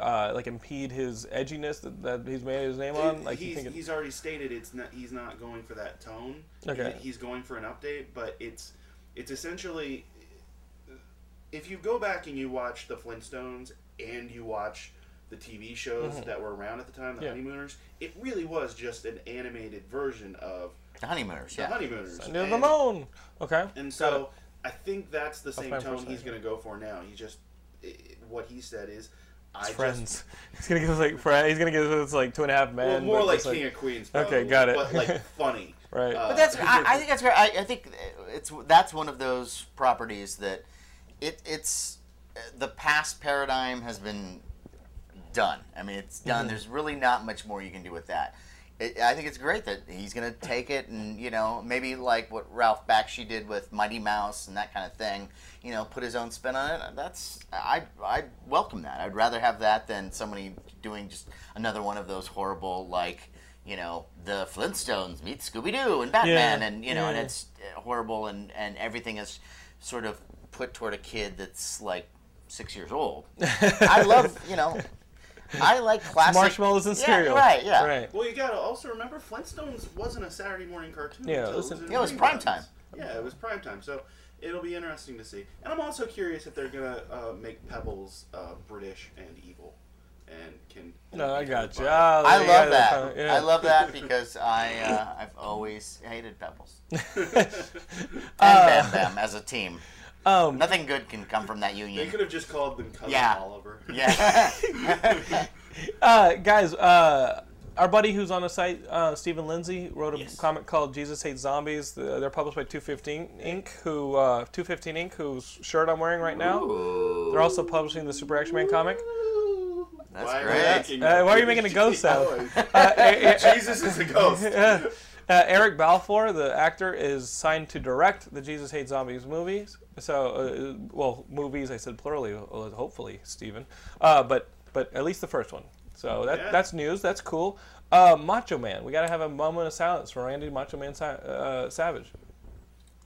uh, like impede his edginess that, that he's made his name on? Like you he's, think? It, he's already stated it's not he's not going for that tone. Okay. He- he's going for an update, but it's it's essentially if you go back and you watch the Flintstones and you watch the TV shows that were around at the time, Mm-hmm. the Yeah. Honeymooners, it really was just an animated version of The honeymooners. the Yeah. Honeymooners. Under the And- moon. Okay. and Got it. so I think that's the same fine for a tone he's second. going to go for now. He just i what he said is, I Friends. He's gonna give us like Fri- he's gonna give us like two and a half men. Just, well, more but like just, King of Queens. Probably, Okay, got it. But like funny. Right. Uh, But that's I, I think that's great. I, I think it's that's one of those properties that it it's the past paradigm has been done. I mean, it's done. Mm-hmm. There's really not much more you can do with that. It, I think it's great that he's going to take it and you know maybe like what Ralph Bakshi did with Mighty Mouse and that kind of thing. You know, put his own spin on it. That's I I welcome that. I'd rather have that than somebody doing just another one of those horrible like you know the Flintstones meet Scooby Doo and Batman Yeah, and you know and yeah. it's eh, horrible and and everything is sort of put toward a kid that's like six years old. I love you know. I like classic marshmallows and Yeah, cereal. right, yeah. Right. Well, you gotta also remember Flintstones wasn't a Saturday morning cartoon. Yeah, until it was in a- Yeah, it was reruns. prime time. Yeah, it was prime time. So it'll be interesting to see. And I'm also curious if they're gonna uh, make Pebbles uh, British and evil, and can. No, I got you. Oh, I there you love go. that. Yeah. I love that because I uh, I've always hated Pebbles and Bam Bam as a team. Uh, Um, Nothing good can come from that They union. could have just called them Cousin Yeah. Oliver. Yeah, uh, guys, uh, our buddy who's on the site, uh, Stephen Lindsay, wrote a comic called "Jesus Hates Zombies." The- They're published by 215 Inc., who uh, 215 Inc., whose shirt I'm wearing right now. They're also publishing the Super Action Man comic. that's Why are, we great. making Uh, why are you making a ghost sound? Uh, eh, eh, Jesus is a ghost. uh, Eric Balfour, the actor, is signed to direct the Jesus Hates Zombies movies. So, uh, well, movies I said plurally. uh, Hopefully, Stephen. Uh, but but at least the first one. So that Yeah. that's news. That's cool. Uh, Macho Man. We gotta have a moment of silence for Randy Macho Man Sa- uh, Savage.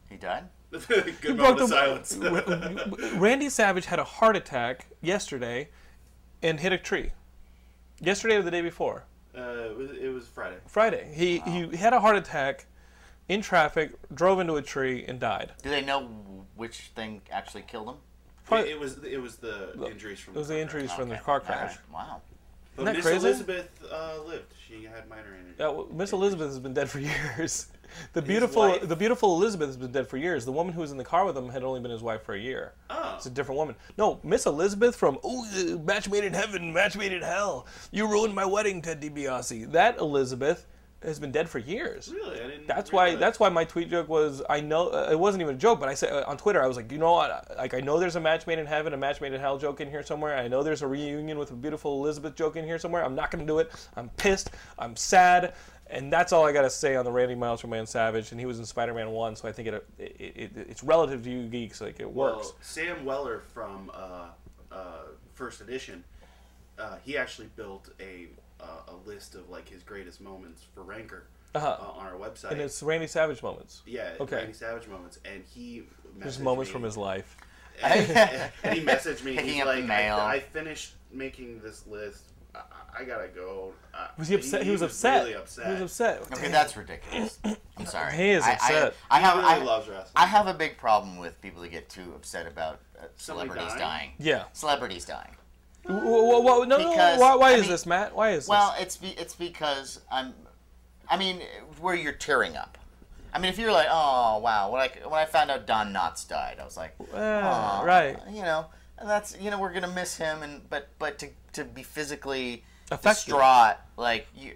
He died. Good moment of broke silence. Randy Savage had a heart attack yesterday, and hit a tree. Yesterday or the day before. Uh, it, was, it was Friday. Friday. He he had a heart attack in traffic, drove into a tree, and died. Do they know which thing actually killed him? It, it was it was the injuries from. It was the car injuries crash. from the Okay. car All crash. right. Wow. But that Miss crazy? Elizabeth uh, lived. She had minor injuries. Yeah, well, Miss Elizabeth has been dead for years. The beautiful, wife? the beautiful Elizabeth has been dead for years. The woman who was in the car with him had only been his wife for a year. Oh. It's a different woman. No, Miss Elizabeth from "Ooh, uh, Match Made in Heaven, Match Made in Hell." You ruined my wedding, Ted DiBiase. That Elizabeth has been dead for years. Really, I didn't. That's why. realize. That's why my tweet joke was. I know uh, it wasn't even a joke, but I said uh, on Twitter, I was like, you know what? I- Like I know there's a match made in heaven, a match made in hell joke in here somewhere. I know there's a reunion with a beautiful Elizabeth joke in here somewhere. I'm not gonna do it. I'm pissed. I'm sad, and that's all I gotta say on the Randy Miles from Man Savage. And he was in Spider-Man One, so I think it, uh, it, it it's relative to you geeks. Like it Well, works. Sam Weller from uh, uh, First Edition. Uh, he actually built a uh, a list of like his greatest moments for Ranker uh, on our website. Uh-huh. and it's Randy Savage moments. yeah, Okay. Randy Savage moments, and he There's messaged moments me- from his life. and he messaged me. Picking He's up the like, mail. I, I finished making this list. I, I- I gotta go. I, Was he upset? He, was, upset. Really upset. He was upset. Okay, that's ridiculous. I'm sorry. He is I- I- upset. I, He have. really I, loves wrestling. I have a big problem with people that get too upset about uh, Somebody celebrities dying? dying? Yeah. Celebrities dying. Whoa, whoa, whoa, no, no, Because, why, why I is mean- this, Matt? Why is Well, it's be, it's because I'm. I mean, where you're tearing up. I mean, if you're like, oh wow, when I when I found out Don Knotts died, I was like, this? Uh, right. you know, and that's you know we're gonna miss him, and but but to to be physically Affected. distraught, like you,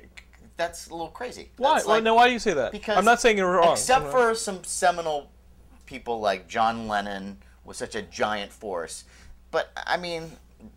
that's a little crazy. Why? That's well, like- now, why do you say that? because I'm not saying you're wrong. Except I'm not- for some seminal people like John Lennon was such a giant force, but I mean,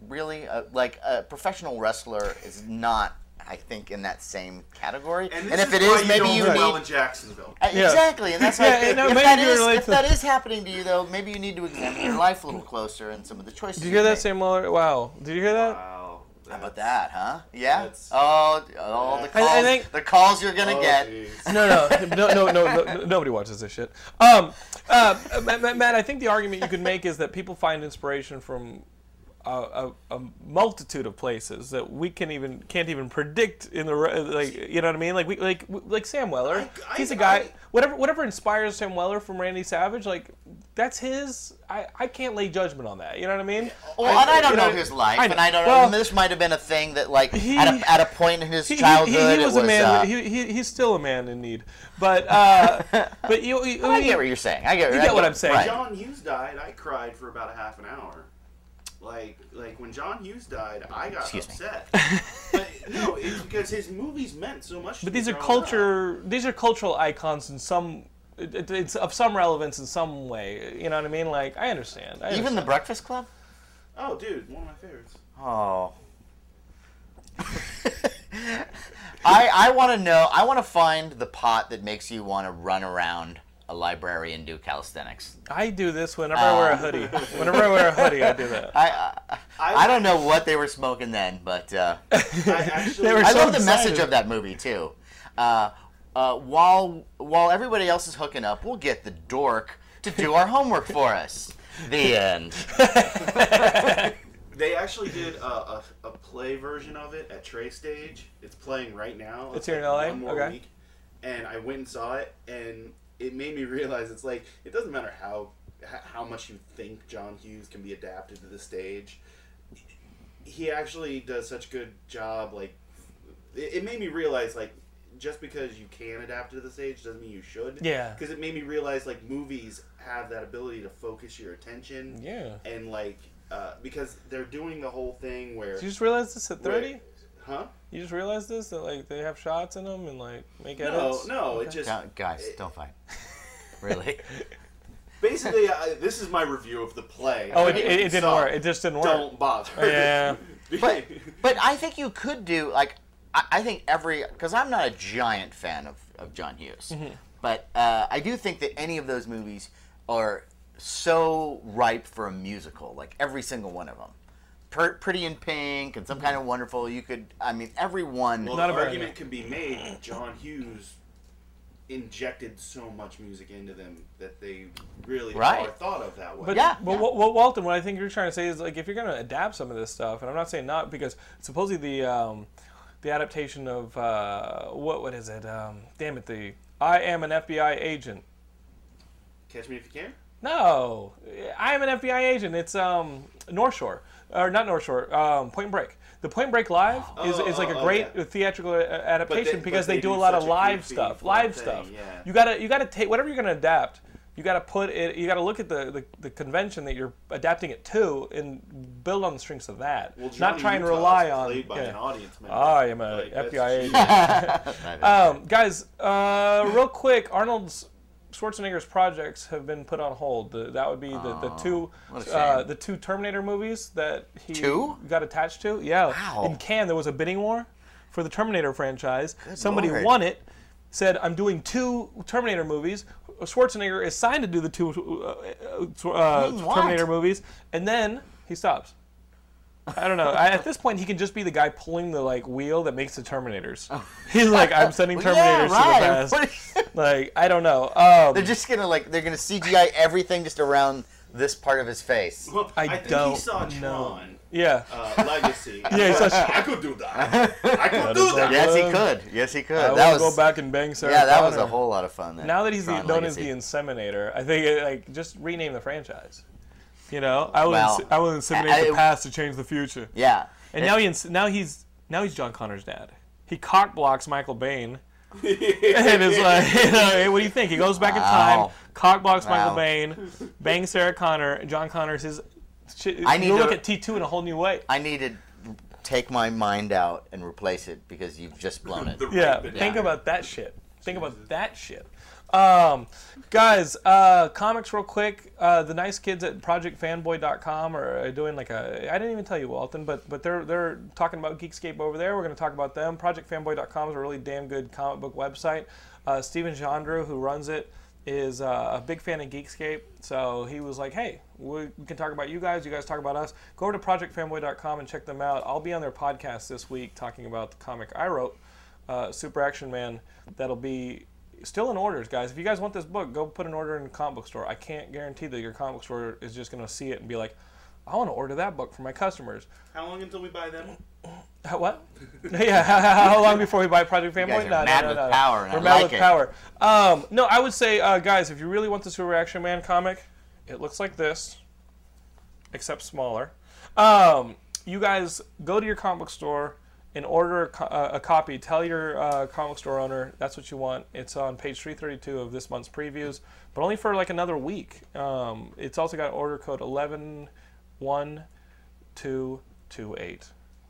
really, uh, like a professional wrestler is not, I think, in that same category. And, this if it why is, maybe don't you do well need in Jacksonville. uh, Exactly, and that's why. Yeah, no, if, maybe that you're is, like if the- that is happening to you, though, maybe you need to examine your life a little closer and some of the choices. Did you hear that, make. Sam Waller? Wow. Did you hear that? Wow. How about that, huh? Yeah. That's- Oh, Oh, all the I- I calls, think- the calls you're gonna get. No, no, no, no, no, no. Nobody watches this shit. Um, uh, Matt, Matt- Matt, I think the argument you could make is that people find inspiration from a, a, a multitude of places that we can even can't even predict in the re- like. You know what I mean? Like we like like Sam Weller. I- he's a I- guy. I- whatever whatever inspires Sam Weller from Randy Savage, like that's his. I, I can't lay judgment on that. You know what I mean? Well, and I don't you know his life, and I don't Well, know. This might have been a thing that, like, at, He- a, at a point in his He- he- childhood, He, he, it was was. a man. uh, he, he, he's still a man in need. But uh, but you, you, I get what you're saying. I get, I what I'm saying. right. John Hughes died. I cried for about a half an hour. Like like when John Hughes died, I got Excuse me. upset. but no, it's because his movies meant so much. But these are culture. These are cultural icons in some. It, it- it's of some relevance in some way. You know what I mean? Like I understand. I Even understand. The Breakfast Club? Oh, dude, one of my favorites. Oh. I I want to know. I want to find the pot that makes you want to run around a library and do calisthenics. I do this whenever I wear a hoodie. Um, Whenever I wear a hoodie, I do that. I don't know what they were smoking then, but uh, I actually They were I so love the excited. message of that movie too. Uh, uh, while while everybody else is hooking up, we'll get the dork to do our homework for us. The end. they actually did a, a, a play version of it at Trey Stage. It's playing right now. It's here in like LA? One more Okay. week, and I went and saw it, and it made me realize it's like it doesn't matter how h- how much you think John Hughes can be adapted to the stage. He actually does such a good job. Like it, it made me realize like. Just because you can adapt to the stage doesn't mean you should. Yeah. Because it made me realize like movies have that ability to focus your attention Yeah. and like uh, because they're doing the whole thing where Did you just realize this at where- thirty? huh You just realized this that like they have shots in them and like make no edits. Oh, no it just Don't- guys, don't fight. Really. basically I, this is my review of the play Oh, it, I it, it didn't saw work. It just didn't work. Oh, don't bother Yeah. but but I think you could do like I, I think every because I'm not a giant fan of, of John Hughes, Mm-hmm. but uh, I do think that any of those movies are so ripe for a musical, like every single one of them. Per- Pretty in Pink Mm-hmm. and some kind of wonderful. You could, I mean, every one. well, Not a the bad argument idea. can be made that John Hughes injected so much music into them that they really Right. are thought of that way But, Yeah, but yeah. What, what Walton, what I think you're trying to say is like if you're going to adapt some of this stuff, and I'm not saying not because supposedly the um, the adaptation of uh, what what is it? Um, damn it, the I am an FBI agent. catch me if you can No, I am an FBI agent. It's um, North Shore or not North Shore. Um, Point Break. The Point Break Live is, is like oh, a oh, great yeah. theatrical uh, adaptation but because they, they do, a do lot of such a live goofy stuff. fun Live thing, stuff. yeah. You gotta you gotta take whatever you're gonna adapt. You gotta put it. You gotta look at the, the, the convention that you're adapting it to and build on the strengths of that. well, Not Johnny try and Utah is rely on. played by yeah. an audience member I am a Like, that's FBI cheating. agent. Um, guys, uh, real quick, Arnold's Schwarzenegger's projects have been put on hold. The, that would be the, the two Oh, what a uh, shame. the two Terminator movies that he Two? got attached to. Yeah. Wow. In Cannes, there was a bidding war for the Terminator franchise. Somebody lord. won it. Said, "I'm doing two Terminator movies." Schwarzenegger is signed to do the two uh, uh, uh, what? Terminator movies, and then he stops. I don't know. I, at this point, he can just be the guy pulling the like wheel that makes the Terminators. He's like, I'm sending Well, Terminators Oh. yeah, to the right. past. like, I don't know. Um, they're just gonna like they're gonna CGI everything just around this part of his face. Well, I I, think don't he saw know. Tron yeah. uh, Legacy yeah, he's such, I could do that I could do that Yes, he could. Yes, he could. uh, I that want to was go back and bang Sarah yeah, that was a Connor. whole lot of fun. That Now that he's the, Tron known as Legacy. the Inseminator, I think it, like just rename the franchise. You know, I will Well, ins- I will inseminate I- the I- past to change the future. yeah, And now he ins- now he's now he's John Connor's dad. He cock blocks Michael Bain. and it's like, you know, hey, what do you think? He goes back in Wow. time, cock blocks Michael Wow. Bain, bangs Sarah Connor, and John Connor's his. Shit, I need you to- look at T2 in a whole new way. I need to take my mind out and replace it because you've just blown it. yeah, Rape it. think about that shit. Think about that shit. Um, guys, uh, comics real quick. Uh, the nice kids at ProjectFanboy.com are uh, doing like a. I didn't even tell you, Walton, but but they're they're talking about Geekscape over there. We're going to talk about them. ProjectFanboy.com is a really damn good comic book website. Uh, Steven Gendre, who runs it, is uh, a big fan of Geekscape, so he was like, "Hey, we we can talk about you guys. You guys talk about us. Go over to ProjectFanboy.com and check them out. I'll be on their podcast this week talking about the comic I wrote." uh, Super Action Man that'll be still in orders, guys. If you guys want this book, go put an order in the comic book store. I can't guarantee that your comic book store is just going to see it and be like, I want to order that book for my customers. how long until we buy them How, what? yeah, how, how long before we buy Project Fanboy? guys are mad with power, and We're I mad like with it. power. Um, no, I would say, uh, guys, if you really want the Super Action Man comic, it looks like this, except smaller. Um, you guys go to your comic book store and order a, co- uh, a copy. Tell your uh, comic book store owner that's what you want. It's on page 332 of this month's previews, but only for like another week. Um, it's also got order code 111. two two eight,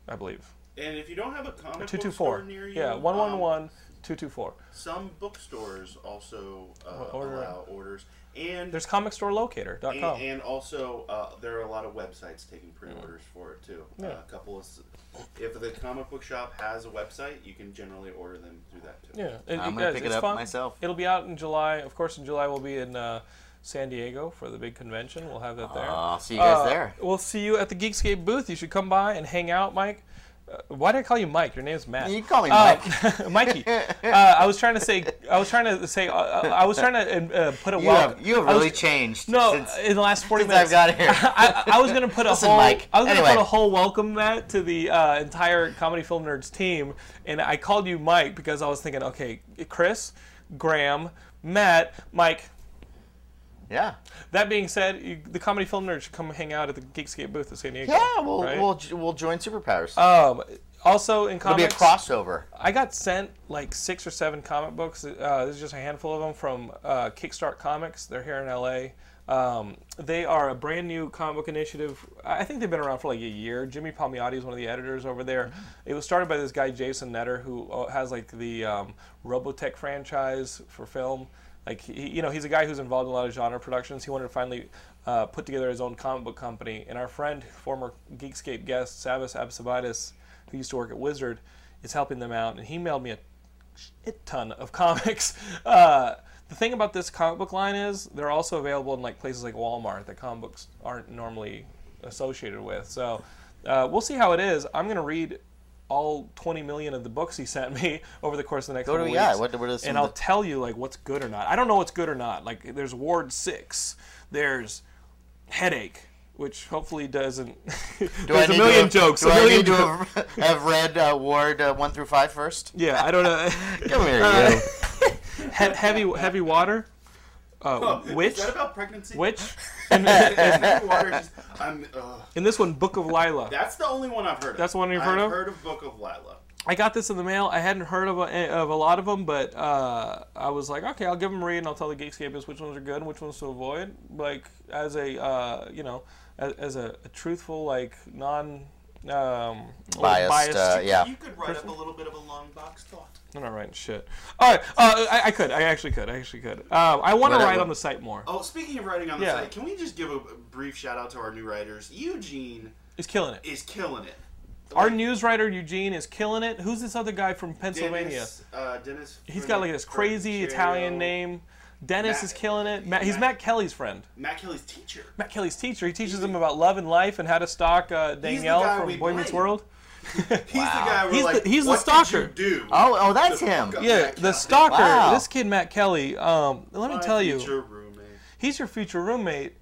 I believe. And if you don't have a comic Two two book store four. near you, Yeah, one one um, one two two four. Some bookstores also uh, order- allow orders, and There's comicstorelocator.com. and, and also uh, there are a lot of websites taking pre-orders for it too. Uh, a couple of, s- if the comic book shop has a website, you can generally order them through that too. Yeah, it, I'm it gonna does. pick it It's up fun. myself. It'll be out in July. Of course, in July we'll be in uh, San Diego for the big convention. We'll have that there. I'll see you guys Uh, there. We'll see you at the Geekscape booth. You should come by and hang out, Mike. Uh, why did I call you Mike? Your name's Matt. You can call me Uh, Mikey. Uh, I was trying to say. I was trying to say. Uh, I was trying to uh, put a You welcome. have, you have I was- really changed. no, uh, since, in the last forty since minutes I've got here. I, I was gonna put a Listen, whole Mike. I was gonna Anyway. put a whole welcome mat to the uh, entire comedy film nerds team, and I called you Mike because I was thinking, okay, Chris, Graham, Matt, Mike. yeah. That being said, you, the comedy film nerds should come hang out at the Geekscape booth at San Diego. Yeah, we'll, right? we'll, j- we'll join Superpowers. Um, also in It'll be comics, a crossover. I got sent like six or seven comic books. Uh, there's just a handful of them from uh, Kickstart Comics. They're here in LA. Um, they are a brand new comic book initiative. I I think they've been around for like a year. Jimmy Palmiotti is one of the editors over there. It was started by this guy Jason Netter, who uh, has like the um, Robotech franchise for film. Like he, you know, he's a guy who's involved in a lot of genre productions. He wanted to finally uh, put together his own comic book company. And our friend, former Geekscape guest Savas Absabatis, who used to work at Wizard, is helping them out, and he mailed me a shit ton of comics. Uh, the thing about this comic book line is they're also available in like places like Walmart that comic books aren't normally associated with. So uh, we'll see how it is. I'm gonna read all 20 million of the books he sent me over the course of the next Go to- couple yeah, weeks, what- what are some and of I'll the- tell you like what's good or not. I don't know what's good or not. Like there's Ward Six, there's Headache, which hopefully doesn't. there's a need million to, jokes. Do a I million need to jokes. have, have read uh, Ward uh, 1 through 5 first? Yeah, I don't know. Come here, Uh, you. he- heavy heavy water, uh, witch, Oh, Is that about pregnancy? witch, Water just- I'm, uh, and this one Book of Lila. that's the only one I've heard of. That's the one you've I've heard of? heard of Book of Lila. I got this in the mail. I hadn't heard of a, eh, of a lot of them, but uh, I was like, okay, I'll give them a read and I'll tell the Geekscapists which ones are good and which ones to avoid. Like as a uh, you know as, as a, a truthful like non um, Biased, uh, yeah. You could write up a little bit of a long box thought. I'm not writing shit. All right, uh, I, I could. I actually could. I actually could. Um, I want to Whatever. write on the site more. Oh, speaking of writing on the Yeah. site, can we just give a brief shout out to our new writers? Eugene It's killing it. is killing it. Our news writer Eugene is killing it. Who's this other guy from Pennsylvania? Dennis, uh, Dennis. He's got like this crazy Frigero- Italian name. Dennis Matt- is killing it. Matt, he's Matt- Matt Kelly's friend. Matt Kelly's teacher. Matt Kelly's teacher. He teaches him about love and life and how to stalk uh, guy Danielle we from Boy Meets blame. World. He's the guy. We're He's like, the- he's the what did you stalker. do? Oh, oh, that's to him. fuck up Yeah, Matt the Kelly? stalker. Wow. This kid, Matt Kelly. Um, let me My tell you, future roommate. he's your future roommate.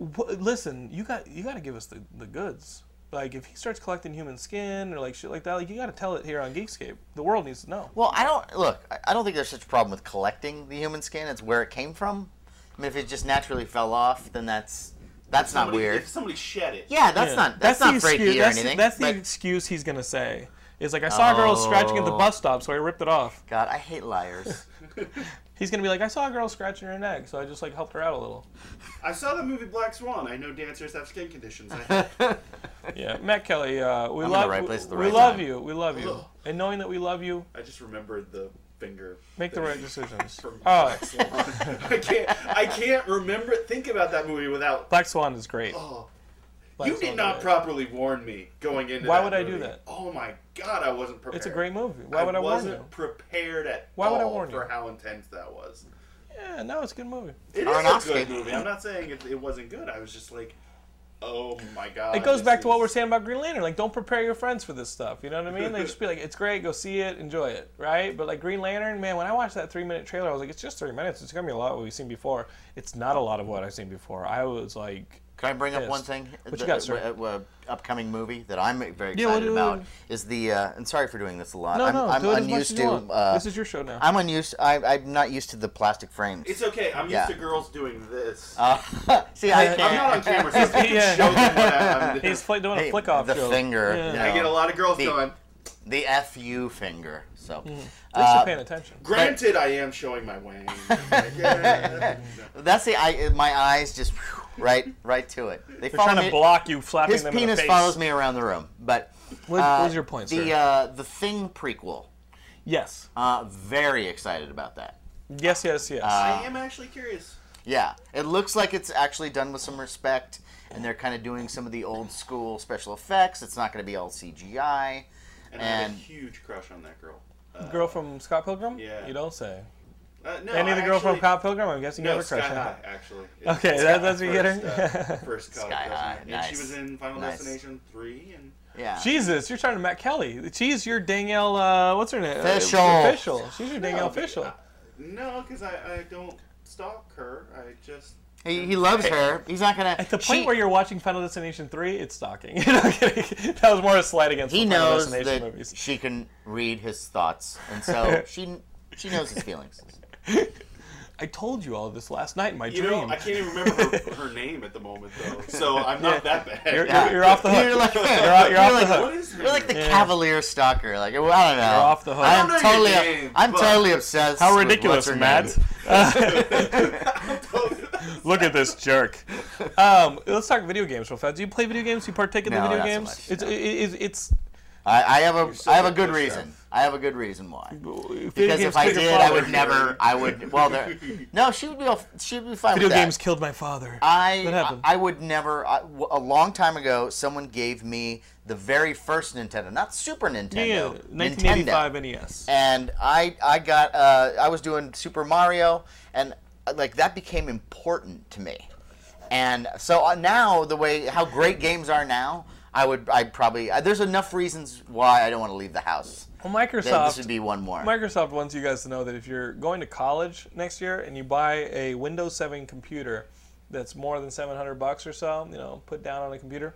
Wh- listen, you got you got to give us the, the goods. Like if he starts collecting human skin or like shit like that, like you got to tell it here on Geekscape. The world needs to know. Well, I don't look. I- I don't think there's such a problem with collecting the human skin. It's where it came from. I mean, if it just naturally fell off, then that's that's not Somebody- weird. If somebody shed it. Yeah, that's not that's, the not freaky excuse- or that's, anything. That's the but- Oh. excuse he's gonna say. Is like I saw a girl scratching at the bus stop, so I ripped it off. God, I hate liars. He's gonna be like, I saw a girl scratching her neck, so I just like helped her out a little. I saw the movie Black Swan. I know dancers have skin conditions. I, Yeah, Matt Kelly, uh, we in the love right place at the we right love time. you, we love you, and knowing that we love you, I just remembered the finger. make the thing right decisions. from Oh, Black Swan. I can't. I can't remember. Think about that movie without. Black Swan is great. Black you did Swan's not great. properly warn me going into. Why that would I do movie. that? Oh my God, I wasn't prepared. It's a great movie. Why would I, warn wasn't you? prepared at Why would I all warn you? for how intense that was. Yeah, no, it's a good movie. It is Aronofsky. a good movie. I'm not saying it, it wasn't good. I was just like, oh my god. It goes this back to what is- we're saying about Green Lantern. Like, don't prepare your friends for this stuff. You know what I mean? They just be like, it's great, go see it, enjoy it, right? But like Green Lantern, man, when I watched that three-minute trailer, I was like, it's just three minutes. It's gonna be a lot of what we've seen before. It's not a lot of what I've seen before. I was like, Can I bring up Yes. one thing? What you got, sir? uh, uh, upcoming movie that I'm very excited Yeah, what do- about is the. Uh, and sorry for doing this a lot. no, I'm, no, I'm do it as much unused as you to. want. Uh, this is your show now. I'm unused. I, I'm not used to the plastic frames. It's okay. I'm Yeah. used to girls doing this. See, I I'm not can't. on camera, so I can Yeah. show them what I'm doing. He's fl- doing Hey, a flick-off the joke. finger. you I get a know, lot of girls The- going. The fu finger. So. uh, At least you're paying attention. Granted, I am showing my wang. Like, yeah. That's the I. My eyes just. phew, right, right to it. They They're follow trying to me- block you, flapping His them in the penis face. follows me around the room, but What- uh, what was your point, The sir? uh, the Thing prequel. yes, Uh, very excited about that. yes, yes, yes. Uh, I am actually curious. Yeah, it looks like it's actually done with some respect, and they're kind of doing some of the old school special effects. It's not going to be all CGI, And, I have a and huge crush on that girl. girl from Scott Pilgrim. yeah. You don't say. Uh, no, Any of I the girl from actually- Scott Pilgrim? I'm guessing you No, have a crush Sky on High, her. actually. Okay, that- that's what you get First, uh, first college Sky freshman. High, And nice. she was in Final Nice. Destination 3 and yeah, Jesus, you're trying to Matt Kelly. She's your Danielle. Uh, what's her name? Fishel. Official. She's your Danielle Fishel. No, because I, I don't stalk her. I just. he, he loves her. He's not going to. At the point where you're watching Final Destination 3, it's stalking. No, I'm kidding. that was more a slight against he the Final knows Destination that movies. she can read his thoughts, and so she she knows his feelings. I told you all this last night in my You dream. know, I can't even remember her, her name at the moment, though. So I'm not that bad. You're, you're- you're off the hook. You're like, You're off- you're off the like- hook. What is her You're like the name? cavalier stalker. Like, well, I don't know. You're off the hook. I'm I don't know your totally, name, I'm but- totally obsessed. How with ridiculous, what's her Matt. name. Look at this jerk. Um, let's talk video games real fast. Do you play video games? Do you partake in the No, video not so games? much, it's, no. it, it, it's I, I have a, I have a so good good, reason. I have a good reason why. video Because games if I killed your did, I father. would never. I would. Well, there. No, she would be. all- She would be fine Video with that. games killed my father. What I happened? I would never. I, w- a long time ago, someone gave me the very first Nintendo, not Super Nintendo. yeah, Nintendo. 1985 NES. and I I got uh, I was doing Super Mario, and uh, like that became important to me. And so uh, now the way how great games are now, I would I probably uh, there's enough reasons why I don't want to leave the house. Well, That this Microsoft would be one more. Microsoft wants you guys to know that if you're going to college next year and you buy a Windows 7 computer that's more than 700 bucks or so, you know, put down on a computer,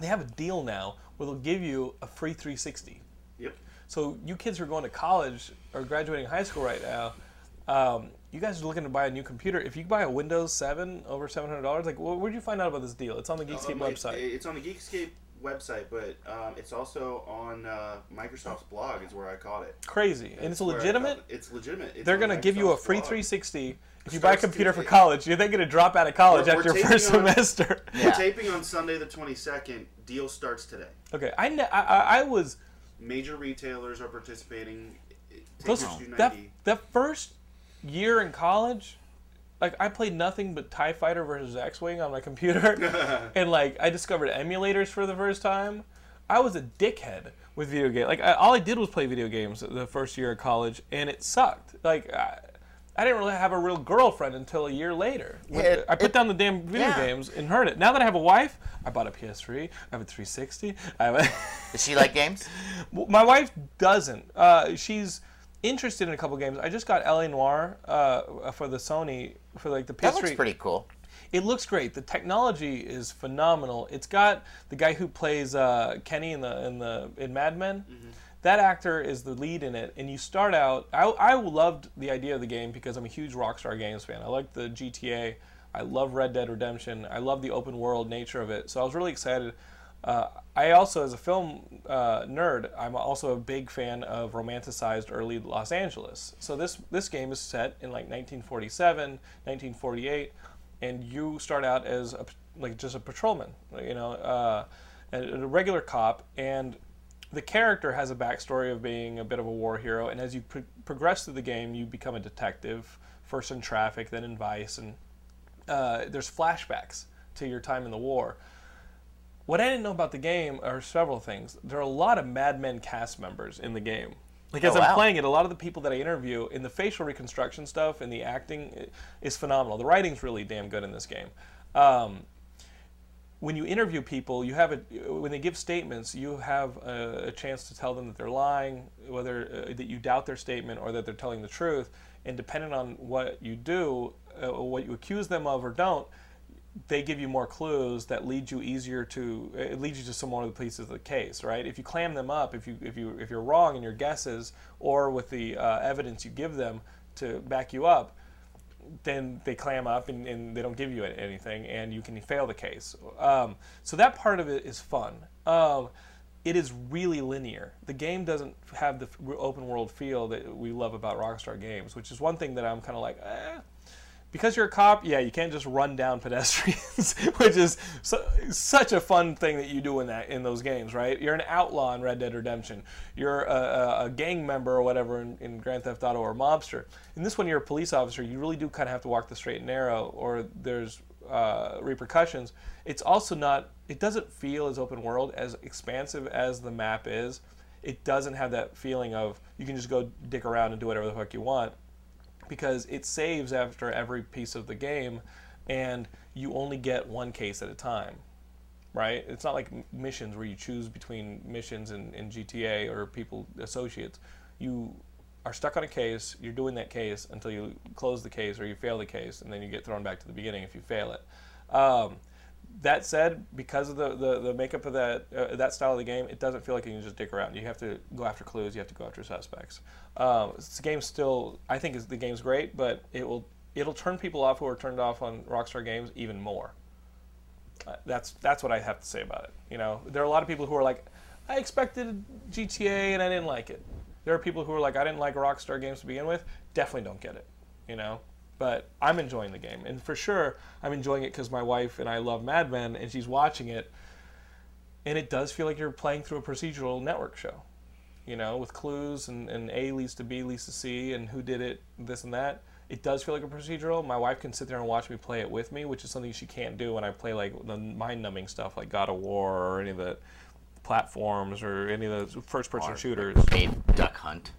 they have a deal now where they'll give you a free 360. Yep. So you kids who are going to college or graduating high school right now, um, you guys are looking to buy a new computer. If you buy a Windows 7 over $700, like wh- where'd you find out about this deal? It's on the Geekscape Um, it- website. It's on the Geekscape website, but um, it's also on uh, Microsoft's blog. Is where I caught it. Crazy, and it's Where I legitimate. caught it. It's legitimate. It's They're on gonna give you a Microsoft's free blog. 360 if you buy a Starts computer for Tuesday. college. You're then gonna drop out of college We're- after we're your first taking on- semester. We're Yeah. taping on Sunday the 22nd. Deal starts today. Okay, I, ne- I I- I was Major retailers are participating. Take those your student that ID. that first year in college. Like I played nothing but Tie Fighter versus X Wing on my computer, and like I discovered emulators for the first time. I was a dickhead with video games. Like I, all I did was play video games the first year of college, and it sucked. Like I, I didn't really have a real girlfriend until a year later. When- Yeah, it- I put it- down the damn video yeah. games and heard it. Now that I have a wife, I bought a PS3. I have a 360. I have a Does she like games? Well, My wife doesn't. Uh, she's interested in a couple games. I just got La Noir uh, for the Sony for like the PS3. That looks pretty cool. It looks great. The technology is phenomenal. It's got the guy who plays uh, Kenny in the in the in Mad Men. Mm-hmm. That actor is the lead in it, and you start out. I, I loved the idea of the game because I'm a huge Rockstar Games fan. I like the GTA. I love Red Dead Redemption. I love the open world nature of it. So I was really excited. Uh, I also, as a film uh, nerd, I'm also a big fan of romanticized early Los Angeles. So this this game is set in like 1947, 1948, and you start out as a, like just a patrolman, you know, uh, a, a regular cop, and the character has a backstory of being a bit of a war hero, and as you pro- progress through the game, you become a detective, first in traffic, then in vice, and uh, there's flashbacks to your time in the war. What I didn't know about the game are several things. There are a lot of Mad Men cast members in the game. Like as Oh, I'm wow. playing it, a lot of the people that I interview in the facial reconstruction stuff and the acting i- is phenomenal. The writing's really damn good in this game. Um, when you interview people, you have a when they give statements, you have a, a chance to tell them that they're lying, whether uh, that you doubt their statement or that they're telling the truth. And depending on what you do, uh, or what you accuse them of or don't, they give you more clues that lead you easier to uh, it leads you to some more of the pieces of the case, right? If you clam them up, if you if you if you're wrong in your guesses or with the uh, evidence you give them to back you up, then they clam up and, and they don't give you an- anything, and you can fail the case. Um, so that part of it is fun. Um, it is really linear. The game doesn't have the f- open world feel that we love about Rockstar games, which is one thing that I'm kind of like, eh, because you're a cop, yeah, you can't just run down pedestrians, which is su- such a fun thing that you do in that in those games, right? You're an outlaw in Red Dead Redemption. You're a, a, a gang member or whatever in, in Grand Theft Auto or a mobster. In this one, you're a police officer. You really do kind of have to walk the straight and narrow, or there's uh, repercussions. It's also not. It doesn't feel as open world as expansive as the map is. It doesn't have that feeling of you can just go dick around and do whatever the fuck you want because it saves after every piece of the game and you only get one case at a time right it's not like m- missions where you choose between missions and, and gta or people associates you are stuck on a case you're doing that case until you close the case or you fail the case and then you get thrown back to the beginning if you fail it um, that said because of the, the, the makeup of that uh, that style of the game it doesn't feel like you can just dick around you have to go after clues you have to go after suspects um, the game still i think is, the game's great but it will it'll turn people off who are turned off on rockstar games even more uh, that's that's what i have to say about it you know there are a lot of people who are like i expected gta and i didn't like it there are people who are like i didn't like rockstar games to begin with definitely don't get it you know but I'm enjoying the game, and for sure I'm enjoying it because my wife and I love Mad Men, and she's watching it, and it does feel like you're playing through a procedural network show, you know, with clues and, and A leads to B leads to C, and who did it, this and that. It does feel like a procedural. My wife can sit there and watch me play it with me, which is something she can't do when I play like the mind-numbing stuff like God of War or any of the platforms or any of the first-person shooters. Paid duck hunt.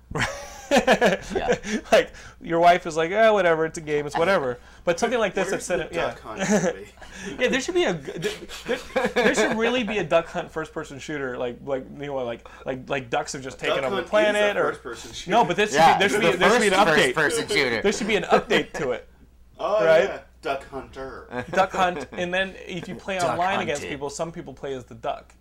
like your wife is like, oh, whatever, it's a game, it's whatever. But something like this, Where's that's set the up, yeah, duck hunt movie? yeah. There should be a there, there- there should really be a duck hunt first person shooter, like like you know, like like like ducks have just taken Duck over the Hunt planet, is a or first-person shooter. no, but this should be, Yeah, there should be there should be an update. First person There shooter. should be an update to it. Oh, right? yeah. Duck Um, Hunter. Duck hunt, and then if you play Duck online against hunted. people, some people play as the duck,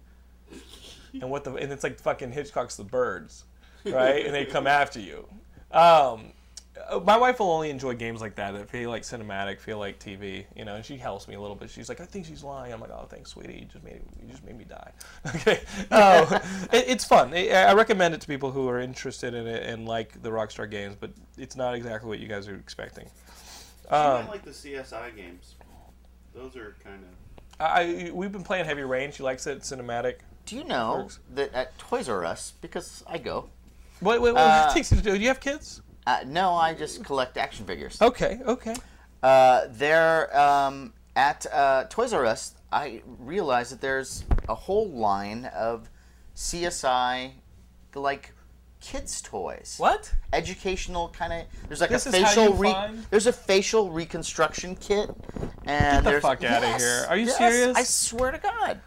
and what the and it's like fucking Hitchcock's The Birds, right? and they come after you. Um, uh, my wife will only enjoy games like that that feel like cinematic, feel like TV, you know. And she helps me a little bit. She's like, "I think she's lying." I'm like, "Oh, thanks, sweetie. You just made you just made me die." Okay, um, it, it's fun. I I recommend it to people who are interested in it and like the Rockstar games, but it's not exactly what you guys are expecting. I like the CSI games. Those are kind of. I we've been playing Heavy Rain. She likes it. Cinematic. Do you know that at Toys R Us, because I go, What what, what takes you to do? Do you have kids? uh, no, I just collect action figures. Okay, okay. Uh, there um, at uh, Toys R Us, I realized that there's a whole line of CSI, like kids toys. What? Educational kind of. There's like This a is how facial you re- find- There's a facial reconstruction kit, and the there's fuck outta Yes, here. Are you yes, serious? I swear to God.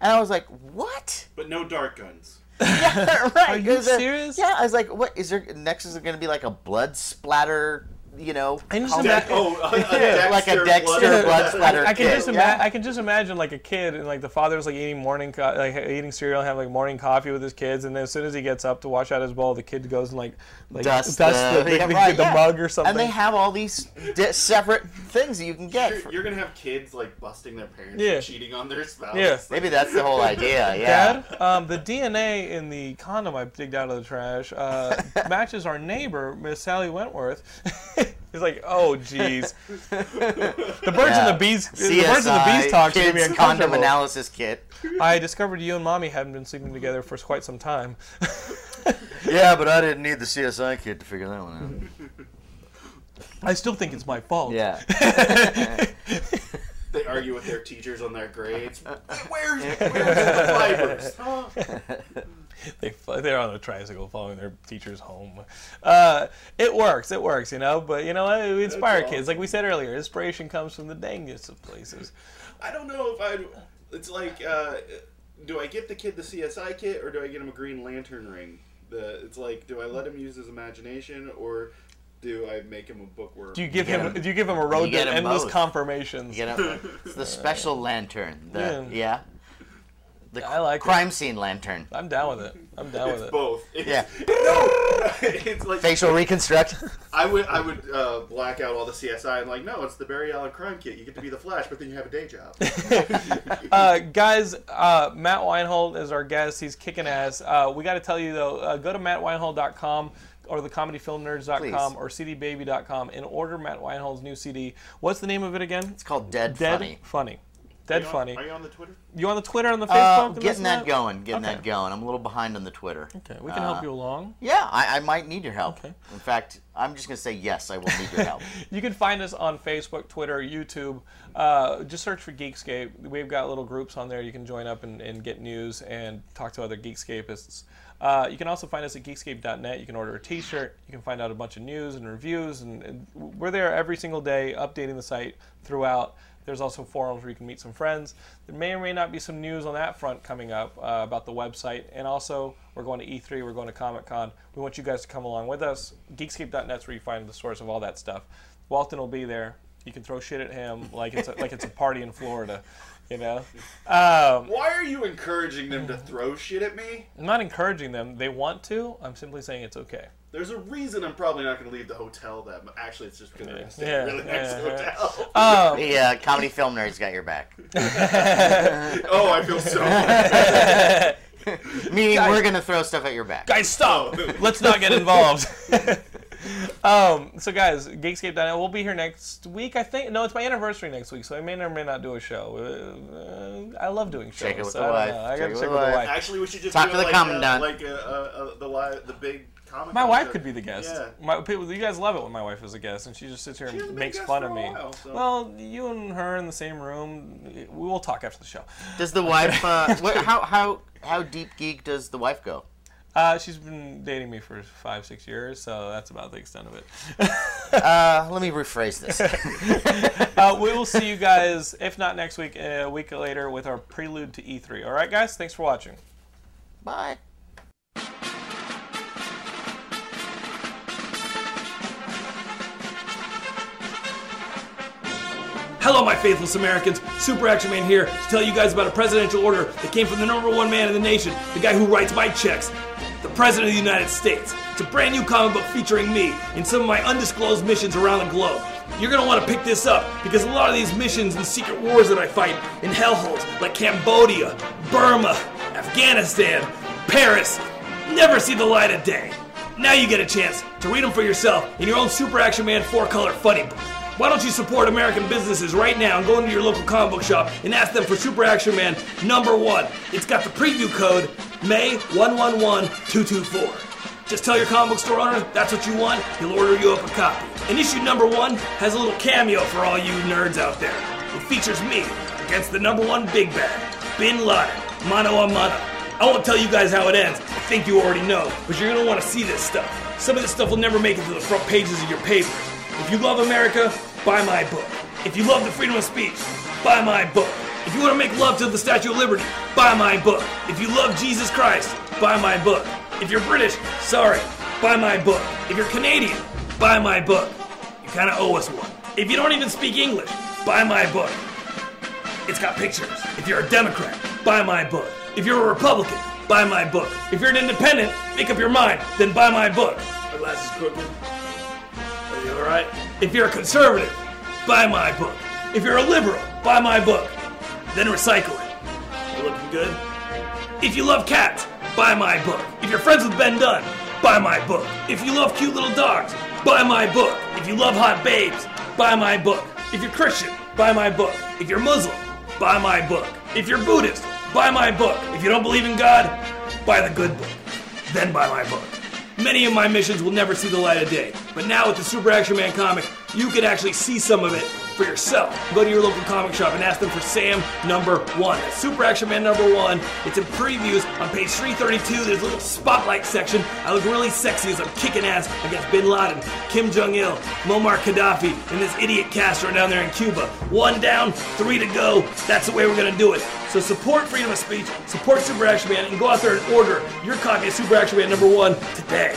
And I was like, what? But no dart guns. right. Are you serious? yeah, I was like, what is there? Next is going to be like a blood splatter, you know? I just color- Dex- Back- oh, a, Yeah, like a Dexter blood splatter. I can kit, just ima- yeah. I can just imagine like a kid and like the father's like eating morning co- like eating cereal and having like morning coffee with his kids and then as soon as he gets up to wash out his bowl the kid goes and like like dust, the, the, yeah, the- right, the yeah. mug or something. And they have all these di- separate things that you can get. You're, for- you're gonna have kids like busting their parents Yeah. for cheating on their spouse. Yeah. Maybe that's the whole idea. Yeah. Dad, um, the DNA in the condom I digged out of the trash uh, matches our neighbor, Miss Sally Wentworth. He's like, oh, jeez. The birds and the bees. the birds and the bees talk to me kids condom uncomfortable. analysis kit. I discovered you and mommy hadn't been sleeping together for quite some time. Yeah, but I didn't need the CSI kit to figure that one I still think it's my fault. out. Yeah. They argue with their teachers on their grades. Where's, where's the fibers? Huh? They, fl- they're on a tricycle following their teachers home. Uh, it works, it works, you know. But you know, what? we inspire all. kids. Like we said earlier, inspiration comes from the dangest of places. I don't know if I'd. It's like, uh, do I get the kid the CSI kit or do I get him a Green Lantern ring? The it's like, do I let him use his imagination or do I make him a bookworm? Do you give him? Do you give him a road You to get them endless both. confirmations? You know, it's the special lantern. The, Yeah. yeah. The I like it. crime scene lantern. I'm down with it. I'm down with It's it. both. It's, Yeah. No. it's like Facial reconstruct. I would I would uh, black out all the CSI and like, no, it's the Barry Allen crime kit. You get to be the Flash, but then you have a day job. Uh, guys, uh, Matt Weinhold is our guest. He's kicking ass. Uh, we got to tell you though, uh, go to mattweinhold.com. or the comedyfilmnerds.com Please. or cdbaby.com and order Matt Weinhold's new CD. What's the name of it again? It's called Dead, Dead Funny. Dead Are you on- funny. Are you on the Twitter? You on the Twitter on the Uh, Facebook? and this getting and that going, Uh, getting Okay. that going. I'm a little behind on the Twitter. Okay, we can help you along. Yeah, I, I might need your help. Okay. In fact, I'm just gonna say yes. I will need your help. You can find us on Facebook, Twitter, YouTube. Uh, just search for Geekscape. We've got little groups on there you can join up and, and get news and talk to other Geekscapists. Uh, you can also find us at geekscape.net. You can order a t shirt. You can find out a bunch of news and reviews. And, and we're there every single day updating the site throughout. There's also forums where you can meet some friends. There may or may not be some news on that front coming up uh, about the website. And also, we're going to E3, we're going to Comic Con. We want you guys to come along with us. Geekscape.net's where you find the source of all that stuff. Walton will be there. You can throw shit at him like it's a, like it's a party in Florida, you know. Why are you encouraging them to throw shit at me? I'm not encouraging them. They want to. I'm simply saying it's okay. There's a reason I'm probably not going to leave the hotel. That mu- actually, it's just because we're gonna stay Yeah, really next yeah, yeah. hotel. the uh, comedy film nerds got your back. oh, I feel so. bad. Meaning we're gonna throw stuff at your back. Guys, stop. Let's not get involved. um, so, guys, Geekscape.net. We'll be here next week, I think. No, it's my anniversary next week, so I may or may not do a show. Uh, I love doing shows. Check it with I the don't wife. know. I Check gotta it check with with the the wife. wife. Actually, we should just Talk do to the like commandant. A, like a, a, a, the li- the big comic. My wife could be the guest. Yeah. My people, you guys love it when my wife is a guest, and she just sits here She and hasn't been a makes guest fun for of a me. while, so- Well, you and her in the same room. We will talk after the show. Does the wife? Uh, what, how how how deep geek does the wife go? Uh, she's been dating me for five, six years, so that's about the extent of it. Uh, let me rephrase this. uh, we will see you guys, if not next week, uh, a week later with our prelude to E3. All right, guys, thanks for watching. Bye. Hello, my faithless Americans. Super Action Man here to tell you guys about a presidential order that came from the number one man in the nation, the guy who writes my checks, the President of the United States. It's a brand new comic book featuring me and some of my undisclosed missions around the globe. You're gonna wanna pick this up because a lot of these missions and secret wars that I fight in hellholes like Cambodia, Burma, Afghanistan, Paris never see the light of day. Now you get a chance to read them for yourself in your own Super Action Man 4 color funny book. Why don't you support American businesses right now and go into your local comic book shop and ask them for Super Action Man number one? It's got the preview code May 111224. Just tell your comic book store owner that's what you want, he'll order you up a copy. And issue number one has a little cameo for all you nerds out there. It features me against the number one big bad, Bin Laden, mano a mano. I won't tell you guys how it ends. I think you already know, but you're gonna want to see this stuff. Some of this stuff will never make it to the front pages of your papers. If you love America, buy my book. If you love the freedom of speech, buy my book. If you want to make love to the Statue of Liberty, buy my book. If you love Jesus Christ, buy my book. If you're British, sorry, buy my book. If you're Canadian, buy my book. You kind of owe us one. If you don't even speak English, buy my book. It's got pictures. If you're a Democrat, buy my book. If you're a Republican, buy my book. If you're an independent, make up your mind, then buy my book. My glass is crooked. Are you alright? If you're a conservative, buy my book. If you're a liberal, buy my book. Then recycle it. You looking good? If you love cats, buy my book. If you're friends with Ben Dunn, buy my book. If you love cute little dogs, buy my book. If you love hot babes, buy my book. If you're Christian, buy my book. If you're Muslim, buy my book. If you're Buddhist, buy my book. If you don't believe in God, buy the good book then buy my book. Many of my missions will never see the light of day, but now with the Super Action Man comic, you can actually see some of it for yourself. Go to your local comic shop and ask them for Sam number one. That's Super Action Man number one. It's in previews on page 332. There's a little spotlight section. I look really sexy as I'm kicking ass against Bin Laden, Kim Jong Il, Muammar Gaddafi, and this idiot Castro down there in Cuba. One down, three to go. That's the way we're gonna do it. So support freedom of speech, support Super Action Man, and go out there and order your copy of Super Action Man number one today.